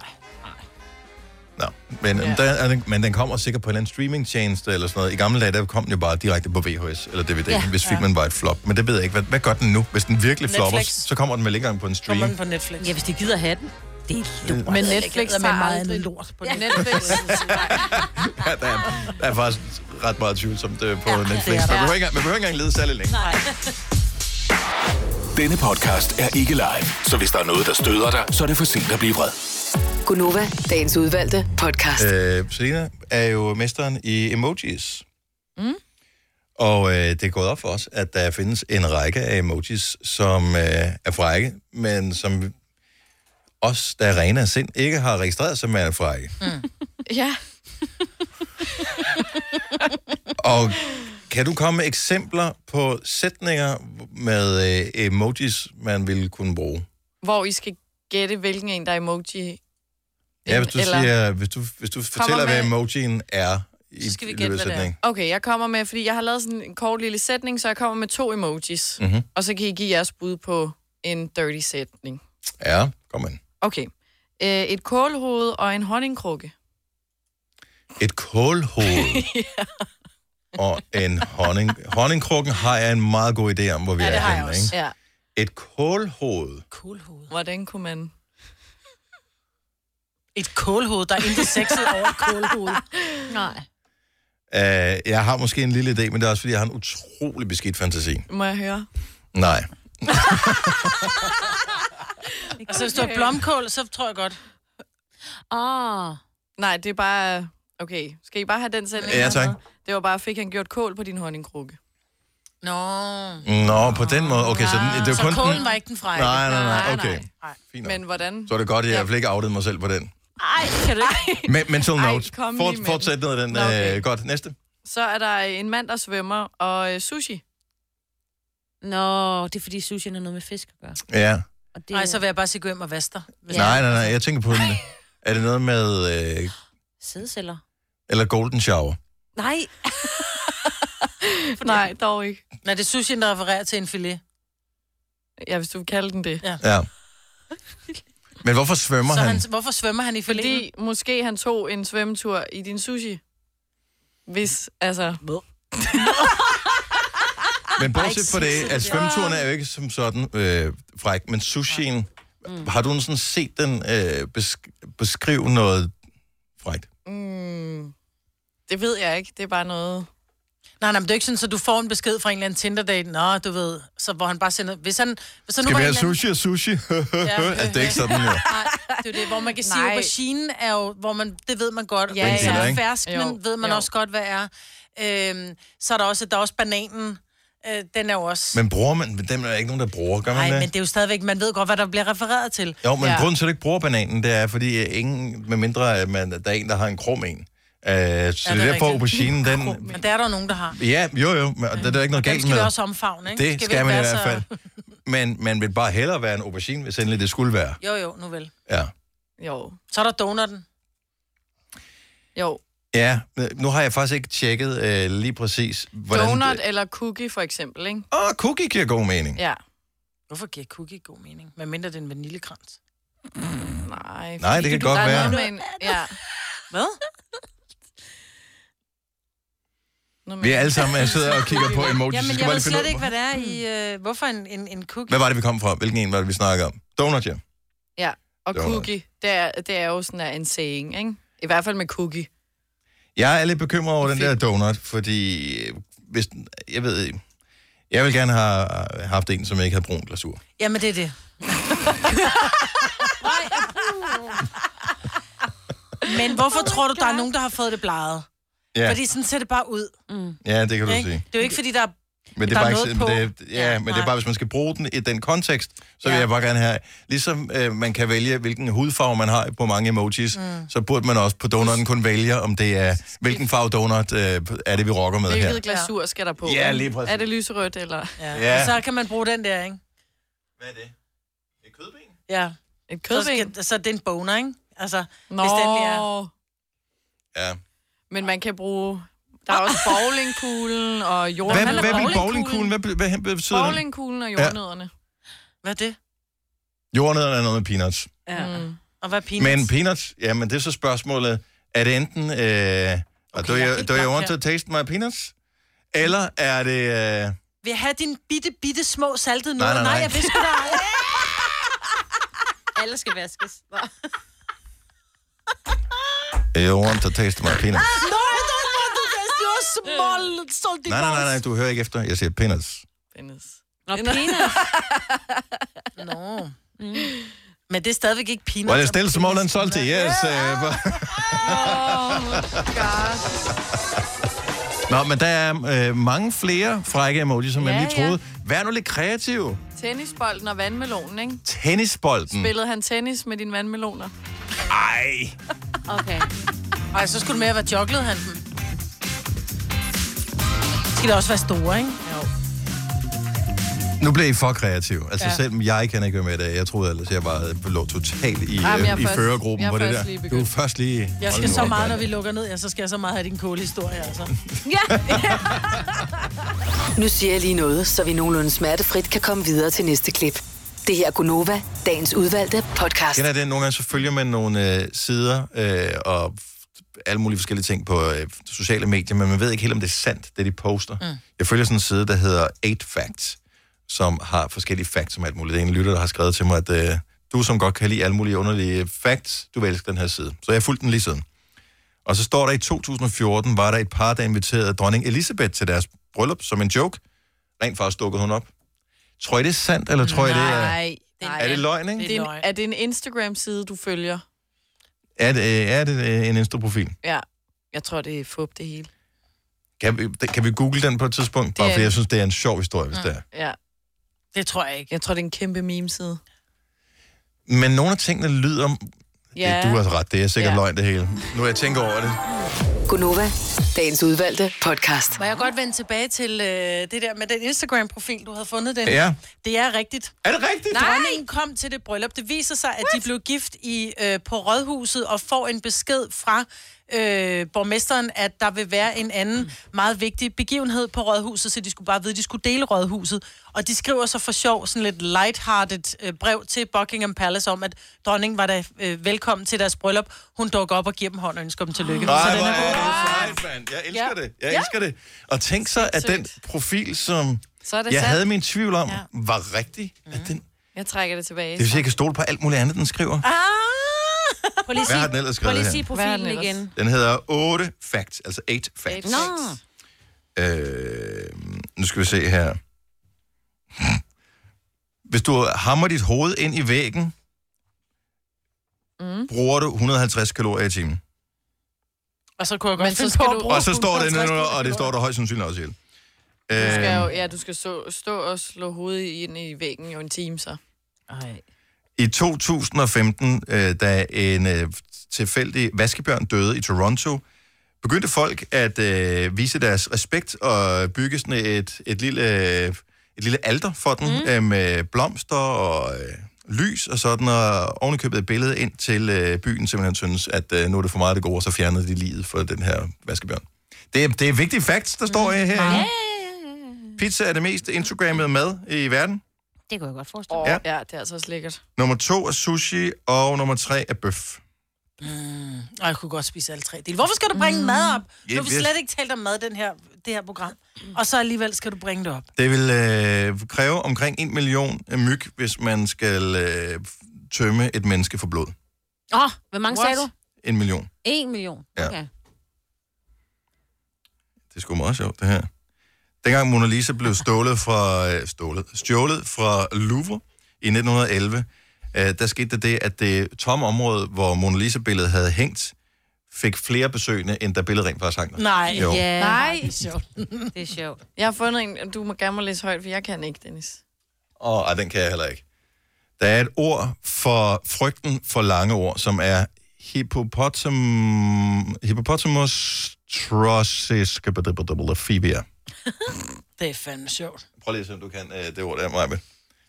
S1: Men,
S4: Ja.
S1: ja. der, er den- men den kommer sikkert på en eller anden streamingtjeneste eller sådan noget. I gamle dage, der kom den jo bare direkte på VHS eller DVD,
S4: Ja.
S1: ja. hvis
S4: Ja.
S1: filmen var et flop. Men det ved jeg ikke. Hvad, hvad gør den nu? Hvis den virkelig
S13: Netflix.
S1: flopper, så kommer den vel ikke engang på en stream.
S13: Kommer
S4: den på Netflix?
S13: Ja, hvis de gider have den. Det er lort.
S3: Men Netflix
S13: Jeg gider
S3: har
S13: med meget
S3: aldrig-
S13: andet lort på
S3: Ja.
S13: den.
S3: Netflix.
S1: *laughs* Ja, der, er, der er faktisk ret meget tvivlsomt øh, på ja, Netflix.
S5: det er
S1: Man
S5: der.
S1: behøver, ikke, man behøver ikke engang lede særlig længe.
S5: Denne podcast er ikke live, så hvis der er noget, der støder dig, så er det for sent at blive vred.
S14: Gunova, dagens udvalgte podcast.
S1: Øh, Selina er jo mesteren i emojis.
S14: Mm.
S1: Og øh, det er gået op for os, at der findes en række af emojis, som øh, er frække, men som os, der er rene af sind, ikke har registreret som værende
S3: *laughs*
S1: frække.
S3: Ja.
S1: Og kan du komme med eksempler på sætninger med øh, emojis, man ville kunne bruge?
S3: Hvor I skal gætte, hvilken en, der er emoji.
S1: Ja, hvis du,
S3: Eller-
S1: siger, hvis du, hvis du fortæller, hvad
S3: med-
S1: emojien er i
S3: Så skal vi
S1: i
S3: gætte,
S1: løbet af
S3: hvad det er.
S1: sætningen.
S3: Okay, jeg kommer med, fordi jeg har lavet sådan en kort lille sætning, så jeg kommer med to emojis.
S1: Mhm.
S3: Og så kan I give jeres bud på en dirty sætning.
S1: Ja, kom ind.
S3: Okay. Øh, et kålhoved og en honningkrukke.
S1: Et
S3: *laughs*
S1: kålhoved og en honning. Honningkrukken har jeg en meget god idé om, hvor vi
S3: ja, det
S1: er
S3: har jeg
S1: henne.
S3: også.
S1: Ikke?
S3: Ja.
S1: Et kålhoved.
S3: Hvordan kunne man...
S4: Et kålhoved, der er intet
S14: *laughs*
S4: sexet over et kålhoved.
S3: Nej.
S1: Uh, jeg har måske en lille idé, men det er også, fordi jeg har en utrolig beskidt fantasi.
S3: *laughs* Må jeg høre?
S1: Nej.
S4: Altså, hvis du har blomkål, så tror jeg godt.
S13: Ah.
S3: Nej, det er bare... Okay, skal I bare have den sætning?
S1: Ja,
S3: jeg
S1: tak.
S3: havde? Det var bare, fik han gjort kål på din honningkrukke.
S4: Nå.
S1: Nå, på den måde. Okay, så, den, det er
S4: Så
S1: kun
S4: kålen
S1: den...
S4: var ikke den frække.
S1: Nej, nej, nej. Okay.
S3: Men hvordan?
S1: Så er det godt, at jeg i hvert fald ikke outet mig selv på
S3: *laughs*
S1: den.
S3: Ej, *laughs* kan du ikke?
S1: Men, mental
S3: Ej,
S1: note.
S3: kom lige
S1: Fort,
S3: med den.
S1: fortsæt ned ad den.
S3: Nå, okay.
S1: Øh, godt. Næste.
S3: Så er der en mand, der svømmer, og øh, sushi.
S13: Nå, det er fordi sushi har noget med fisk at gøre.
S1: Ja.
S13: Og det
S4: Nej, så vil jeg bare sige, gå hjem og vaske dig. Hvis
S1: Ja. Nej, nej, nej. Jeg tænker på den. Er det noget med... Øh,
S13: Sædceller.
S1: eller golden shower?
S13: *laughs* Nej.
S3: Nej, dog ikke.
S4: Nej, det er sushien, der refererer til en filet.
S3: Ja, hvis du vil kalde den det.
S4: Ja.
S1: Ja. Men hvorfor svømmer
S4: Så
S1: han?
S4: han, hvorfor svømmer han i fileten?
S3: Fordi måske han tog en svømmetur i din sushi. Hvis, altså... Hvad?
S4: Ah,
S1: Men
S3: Ej,
S1: bortset fra det,
S3: sushi.
S1: at svømmeturen er jo ikke som sådan øh, fræk, men sushien, mm. har du sådan set den øh, besk- beskrive noget frækt?
S3: Mm, det ved jeg ikke. Det er bare noget...
S4: Nej, nej, men det er ikke sådan, så du får en besked fra en eller anden Tinder-date. Nå, du ved, så hvor han bare sender... Hvis han, hvis han
S1: Skal
S4: var
S1: vi
S4: en
S1: have
S4: eller anden-
S1: sushi og sushi? altså, *laughs* det er ikke sådan, jo.
S4: Nej, det er jo det, hvor man kan sige,
S3: Nej.
S4: at auberginen er jo, hvor man, det ved man godt.
S3: Ja,
S4: Ja,
S3: Den
S4: så
S3: deler,
S4: er
S3: ikke?
S4: fersknen,
S3: Jo,
S4: ved man
S3: jo.
S4: også godt, hvad er. Øhm, så er der også, der er også bananen. Øh, den er jo også...
S1: Men bruger man, dem er der ikke nogen, der bruger, gør man
S4: Nej,
S1: det? Mm.
S4: men det er jo stadigvæk, man ved godt, hvad der bliver refereret til.
S1: øh, Jo, men ja. grunden til, at du ikke bruger bananen, det er, fordi øh, ingen, med mindre at man, der er en, der har en krum en, Øh, så det er derfor,
S4: rigtigt. *laughs*
S1: auberginen, den,
S4: Men der er der jo nogen, der har.
S1: Ja, jo jo, men der, der er ikke noget
S4: Den
S1: galt
S4: skal
S1: med.
S4: vi også omfavne, ikke?
S1: Det
S4: vi
S1: skal,
S4: ikke
S1: man i
S4: være
S1: hvert
S4: så-
S1: fald. Men man vil bare hellere være en aubergine, hvis endelig det skulle være.
S4: Jo, jo, nu vel.
S1: Ja.
S3: Jo.
S4: Så er der donutten.
S3: Jo.
S1: Ja, men nu har jeg faktisk ikke tjekket øh, lige præcis, hvordan...
S3: Donut
S1: det-
S3: eller cookie, for eksempel, ikke?
S1: Åh, cookie giver god mening.
S3: Ja.
S4: Hvorfor giver cookie god mening? Hvad mindre det er en vaniljekrans?
S3: Nej,
S1: Nej, det kan godt
S3: der
S1: være.
S3: Er noget med en, ja.
S4: Hvad?
S1: Vi er alle sammen jeg sidder og kigger på emojis. så
S4: *laughs* Jamen,
S1: skal
S4: jeg
S1: bare lige finde
S4: ved slet
S1: ud-
S4: ikke, hvad det er i... Øh, hvorfor en, en, en cookie?
S1: Hvad var det, vi kom fra? Hvilken en var det, vi snakkede om? Donut, ja.
S3: Ja, og
S1: Donut.
S3: cookie, det er, det er jo sådan der en saying, ikke? I hvert fald med cookie.
S1: Jeg er lidt bekymret over den der donut, fordi... øh, Hvis, den- jeg ved ikke. Jeg vil gerne have have haft en, som ikke havde brun glasur.
S4: Jamen, det er *laughs* det. Men hvorfor tror du, der er nogen, der har fået det bleget?
S1: Ja.
S4: Fordi sådan ser det bare ud. Mm.
S1: Ja, det kan du
S4: ikke?
S1: sige.
S4: Det er jo ikke, fordi der er
S1: Men det
S4: der
S1: er,
S4: er
S1: bare ikke,
S4: noget
S1: men
S4: på.
S1: det, er- ja, men det er bare, hvis man skal bruge den i den kontekst, så vil
S4: Ja.
S1: jeg bare gerne have, ligesom øh, man kan vælge, hvilken hudfarve man har på mange emojis, mm. så burde man også på donutten kunne vælge, om det er, hvilken farve donut øh, er det, vi rocker med her.
S3: Hvilket glasur skal der på?
S1: Ja,
S3: ikke?
S1: lige præcis.
S3: Er det lyserødt, eller?
S1: Ja.
S4: Og så kan man bruge den der, ikke? Hvad er det?
S3: Et
S4: kødben? Ja.
S3: kødben?
S4: Så, skal, så er det en boner, ikke? Altså,
S3: Nå.
S4: hvis den er...
S1: Ja.
S3: Men man kan bruge... Der er også bowlingkuglen og
S1: Hvad,
S3: jordnødderne.
S1: hvad, hvad vil bowlingkuglen? Hvad, hvad, hvad betyder den?
S3: Bowlingkuglen og jordnødderne.
S4: Hvad er det?
S1: Jordnødderne er noget med peanuts.
S4: Ja. Mm. Og hvad er peanuts?
S1: Men peanuts, ja, men det er så spørgsmålet, er det enten, øh, okay, do,
S4: jeg er
S1: you,
S4: helt
S1: do you
S4: blank
S1: want
S4: her.
S1: to taste my peanuts? Eller er det, øh,
S4: Vil jeg have dine bitte, bitte små saltede
S1: Nej,
S4: noget?
S1: nej, nej.
S4: jeg vidste sgu *laughs* da. Alle skal vaskes.
S1: you want to taste my peanuts?
S4: No, I don't want to taste your small salty
S1: Nej, nej, nej, nej, du hører ikke efter. Jeg siger peanuts.
S4: Nå,
S3: *laughs*
S4: peanuts. Nå. Mm. Men det er stadigvæk ikke peanuts.
S1: Well, it's still small and salty, yes. øh, but- Nå, men der er øh, mange flere frække emojis, som
S3: Ja,
S1: man lige
S3: ja.
S1: troede. Vær nu lidt kreativ.
S3: Tennisbolden og vandmelonen, ikke?
S1: Tennisbolden.
S3: Spillede han tennis med dine
S4: *laughs*
S3: vandmeloner?
S1: Ej.
S3: Okay.
S4: Ej, så skulle det mere være joglet, han den. Skal det også være store, ikke? Jo.
S1: Nu blev I for kreativ. Altså,
S4: Ja.
S1: ja. selv jeg kan ikke være med i dag. Jeg troede ellers, jeg var øh, lå totalt i,
S4: Ej, men jeg er
S1: øh, i
S4: først- jeg
S1: førergruppen
S4: er
S1: på det
S4: først
S1: der.
S4: lige begyndt.
S1: Du er først lige...
S4: Jeg
S1: Hold
S4: skal
S1: nu
S4: så
S1: op,
S4: meget, når
S1: mand.
S4: vi lukker ned, ja, så skal jeg så meget have din kåle historie, altså.
S14: Nu siger jeg lige noget, så vi nogenlunde smertefrit kan komme videre til næste klip. Det her er Gunova, dagens udvalgte podcast.
S1: Kender jeg det? Nogle gange så følger man nogle øh, sider øh, og f- alle mulige forskellige ting på øh, sociale medier, men man ved ikke helt, om det er sandt, det de poster. Mm. Jeg følger sådan en side, der hedder 8 Facts, som har forskellige facts om alt muligt. Det er en lytter, der har skrevet til mig, at øh, du som godt kan lide alle mulige underlige facts, du vil elske den her side. Så jeg har fulgt den lige siden. Og så står der, i 2014 var der et par, der inviterede dronning Elisabeth til deres bryllup som en joke. Rent faktisk dukkede hun op. Tror I, det er sandt, eller tror I, det er...
S3: Nej. Nej.
S1: Er det løgn, ikke?
S3: Det er, en, er det en Instagram-side, du følger?
S1: Er det, er det øh, en Insta-profil?
S3: Ja. Jeg tror, det er fup det hele.
S1: Kan vi, den- kan vi google den på et tidspunkt? Bare
S3: Det er-
S1: fordi jeg synes, det er en sjov historie, hvis det er.
S3: Ja.
S4: Det tror jeg ikke.
S3: Jeg tror, det er en kæmpe meme-side.
S1: Men nogle af tingene lyder...
S14: Ja.
S1: Ja. Du har altså ret, det er sikkert
S14: Ja.
S1: ja. løgn det hele. Nu er jeg tænker over det.
S14: Gunova, dagens udvalgte podcast.
S4: Må jeg godt vende tilbage til øh, det der med den Instagram-profil, du havde fundet den?
S14: Ja.
S4: Det er rigtigt.
S1: Er det rigtigt?
S4: Nej! Dronningen kom til det bryllup. Det viser sig, at de blev gift i øh, på rådhuset og får en besked fra øh, borgmesteren, at der vil være en anden mm. meget vigtig begivenhed på rådhuset, så de skulle bare vide, at de skulle dele rådhuset. Og de skriver så for sjov sådan lidt lighthearted øh, brev til Buckingham Palace om, at dronningen var der øh, velkommen til deres bryllup. Hun dukker op og giver dem hånd og ønsker dem tillykke.
S1: Nej,
S4: så den
S1: Ah, hvor
S4: er
S1: er
S4: god.
S1: det sejt, mand. Jeg elsker det. Jeg
S4: Ja.
S1: elsker det. Og tænk så, at den profil, som
S3: Så er
S1: jeg
S3: det sandt.
S1: havde min tvivl om, var rigtig. At den, det
S3: Jeg trækker det tilbage.
S1: vil sige, jeg kan stole på alt muligt andet, den skriver.
S4: Ah!
S13: Prøv
S1: Hvad har den ellers skrevet
S13: prøv lige
S1: her?
S13: sige
S3: Hvad har den
S13: profilen
S3: ellers?
S13: igen.
S1: Den hedder 8 Facts, altså 8 Facts.
S13: Nå.
S1: Øh, nu skal vi se her. Hvis du hammer dit hoved ind i væggen, mm. bruger du 150 kalorier i timen.
S4: Og så kunne jeg godt
S3: Men så
S4: finde
S3: skal
S4: på
S3: du-
S4: at bruge
S1: Og så står det
S4: 150
S1: nedenunder, og det står der højst sandsynligt også i hjælp.
S3: Du skal jo,
S1: Øh,
S3: ja, du skal stå, stå og slå hovedet ind i væggen jo en time, så. Ej.
S1: I 2015, øh, da en øh, tilfældig vaskebjørn døde i Toronto, begyndte folk at øh, vise deres respekt og bygge sådan et, et, lille, et lille alter for den mm. øh, med blomster og øh, lys og sådan, og ovenikøbet et billede ind til øh, byen simpelthen synes, at øh, nu er det for meget af det gode, og så fjernede de livet for den her vaskebjørn. Det er, det er vigtige facts, der står øh, her. Pizza er det mest Instagrammede mad i verden.
S13: Det kunne jeg godt forestille
S3: Åh,
S1: Ja.
S3: ja. ja, det er altså også lækkert.
S1: Nummer to er sushi, og nummer tre er bøf.
S4: Mm. Og jeg kunne godt spise alle tre dele. Hvorfor skal du bringe mm. mad op? Nu har vi
S1: Ja, vi-
S4: slet ikke talt om mad i den her, det her program. Og så alligevel skal du bringe det op.
S1: Det vil øh, kræve omkring en million myg, hvis man skal øh, tømme et menneske for blod.
S13: Åh, oh, hvor mange What? sagde du?
S1: En million.
S13: En million.
S1: Ja.
S13: Okay.
S1: Det er sgu meget sjovt, det her. Dengang Mona Lisa blev stjålet fra, øh, stjålet, stjålet fra Louvre i 1911, øh, der skete der det, at det tomme område, hvor Mona Lisa-billedet havde hængt, fik flere besøgende, end der billedet rent faktisk hang der. Jo.
S3: Ja. Nej.
S13: Det er sjovt. det er sjovt.
S3: Jeg har fundet en, du må gerne må læse højt, for jeg kan ikke, Dennis.
S1: Og ej, den kan jeg heller ikke. Der er et ord for frygten for lange ord, som er hippopotam... hippopotamus trossis... fibia.
S4: Det er fandme sjovt.
S1: Prøv lige at se, om du kan øh, det ord der, Maja. Det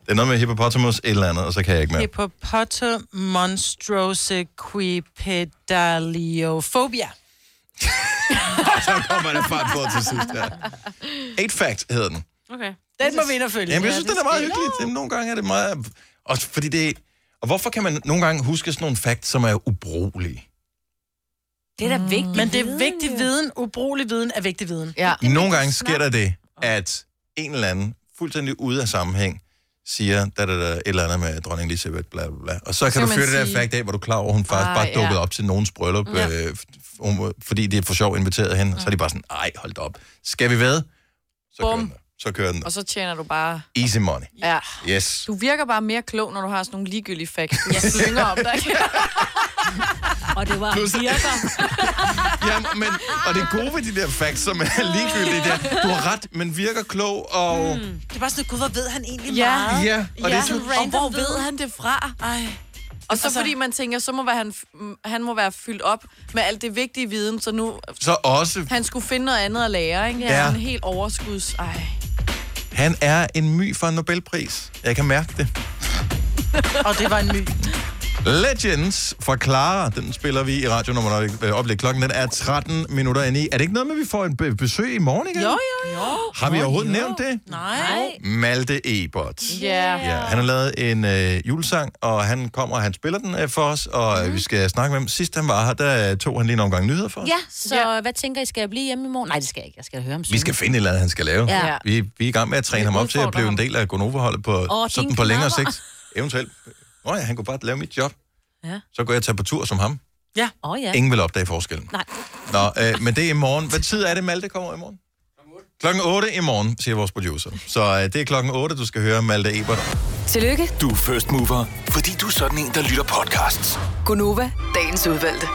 S1: er noget med hippopotamus et eller andet, og så kan jeg ikke mere.
S4: Hippopotam monstrose quipedaliophobia.
S1: *laughs* så kommer det fart på til sidst her. Eight fact hedder den.
S3: Okay.
S4: Den må vi ind og følge.
S1: Jamen, jeg synes,
S4: Ja,
S1: den er meget hyggelig. Jamen, nogle gange er det meget... Og, fordi det, og hvorfor kan man nogle gange huske sådan nogle facts, som er ubrugelige?
S13: Det er da vigtigt.
S4: Mm. Men det er vigtig viden. Ubrugelig viden er vigtig viden.
S3: Ja.
S1: Nogle gange sker der det, at en eller anden, fuldstændig ude af sammenhæng, siger da, da, da, et eller andet med dronning Elisabeth, bla, bla, bla. Og så kan
S9: Så
S1: så du
S9: kan
S1: føre
S9: man
S1: det der
S9: sige-
S1: fakt af, hvor du er klar over, hun faktisk
S9: Ah,
S1: bare
S9: ja.
S1: dukkede op til nogens bryllup,
S9: Ja.
S1: ja. øh, f- hun- fordi det er for sjov inviteret hende. Så er de bare sådan, ej, hold da op. Skal vi ved? Så kører den. der. Så kører den. der.
S3: Og så tjener du bare...
S1: Easy money.
S3: Ja.
S1: Yes.
S3: Du virker bare mere klog, når du har sådan nogle ligegyldige facts. Jeg slynger om dig.
S13: Og det
S1: *laughs*
S13: var
S1: Plus-
S13: virker.
S1: Ja, men, og det gode ved de der facts, som er ligegyldige, det er, du har ret, men virker klog, og... Mm.
S4: Det er bare sådan, gud, hvor ved han egentlig
S3: Ja.
S4: meget?
S1: Ja, og det er sådan-
S3: Og hvor ved han det fra? Ej. Og så
S4: Altså-
S3: fordi man tænker, så må være han, f- han må være fyldt op med alt det vigtige viden, så nu
S1: Så også,
S3: han skulle finde noget andet at lære, ikke?
S1: Ja.
S3: Ja. En helt overskuds... Ej.
S1: han er en my for en Nobelpris. Jeg kan mærke det.
S4: Og det var en my.
S1: Legends fra Clara, den spiller vi i radio nummer øh, oplæg. Klokken den er 13 minutter inde i. Er det ikke noget med, at vi får en be- besøg i morgen igen?
S3: Jo, jo, jo.
S1: Har vi overhovedet nævnt det?
S4: Nej.
S1: Malte Ebert.
S3: Ja.
S1: Ja, han har lavet en øh, julesang, og han kommer, og han spiller den øh, for os, og mm. vi skal snakke med ham. Sidst han var her, der øh, tog han lige en omgang nyheder for os.
S13: Mhm. Ja, så ja. hvad tænker I, skal jeg blive hjemme i morgen? Nej, det skal jeg ikke. Jeg skal høre om
S1: Vi skal finde et eller andet, han skal lave.
S13: Ja.
S1: Vi, vi er i gang med at træne ham op til at blive en del af Gonova-holdet på,
S13: Åh,
S1: sådan
S13: din
S1: på længere
S13: knapper.
S1: sigt. Eventuelt. Nå ja, han kunne bare lave mit job.
S13: Ja.
S1: Så går jeg og tager på tur som ham.
S4: Ja.
S13: Åh oh, ja.
S1: Ja. Ingen vil opdage forskellen.
S13: Nej.
S1: Nå, øh, men det er i morgen. Hvad tid er det, Malte kommer i morgen? Klokken 8 i morgen, siger vores producer. Så øh, det er klokken 8, du skal høre Malte Ebert.
S14: Tillykke,
S1: Du er first mover.
S5: Fordi du er sådan en, der lytter podcasts.
S14: Gunova, dagens udvalgte.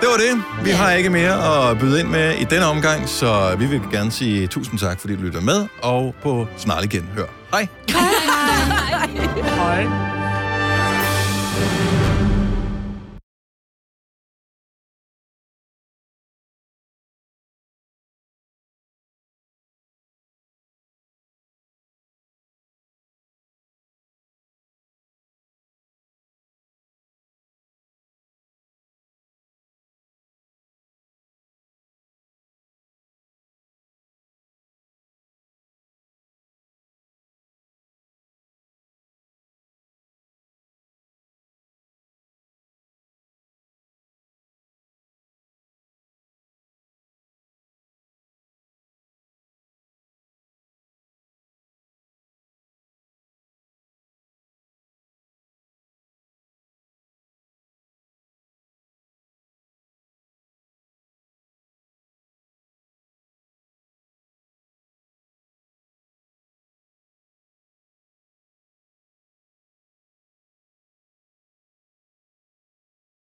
S1: Det var det. Vi har ikke mere at byde ind med i denne omgang, så vi vil gerne sige tusind tak, fordi du lytter med, og på snart igen. Hør. Hej.
S14: Hej. Hej.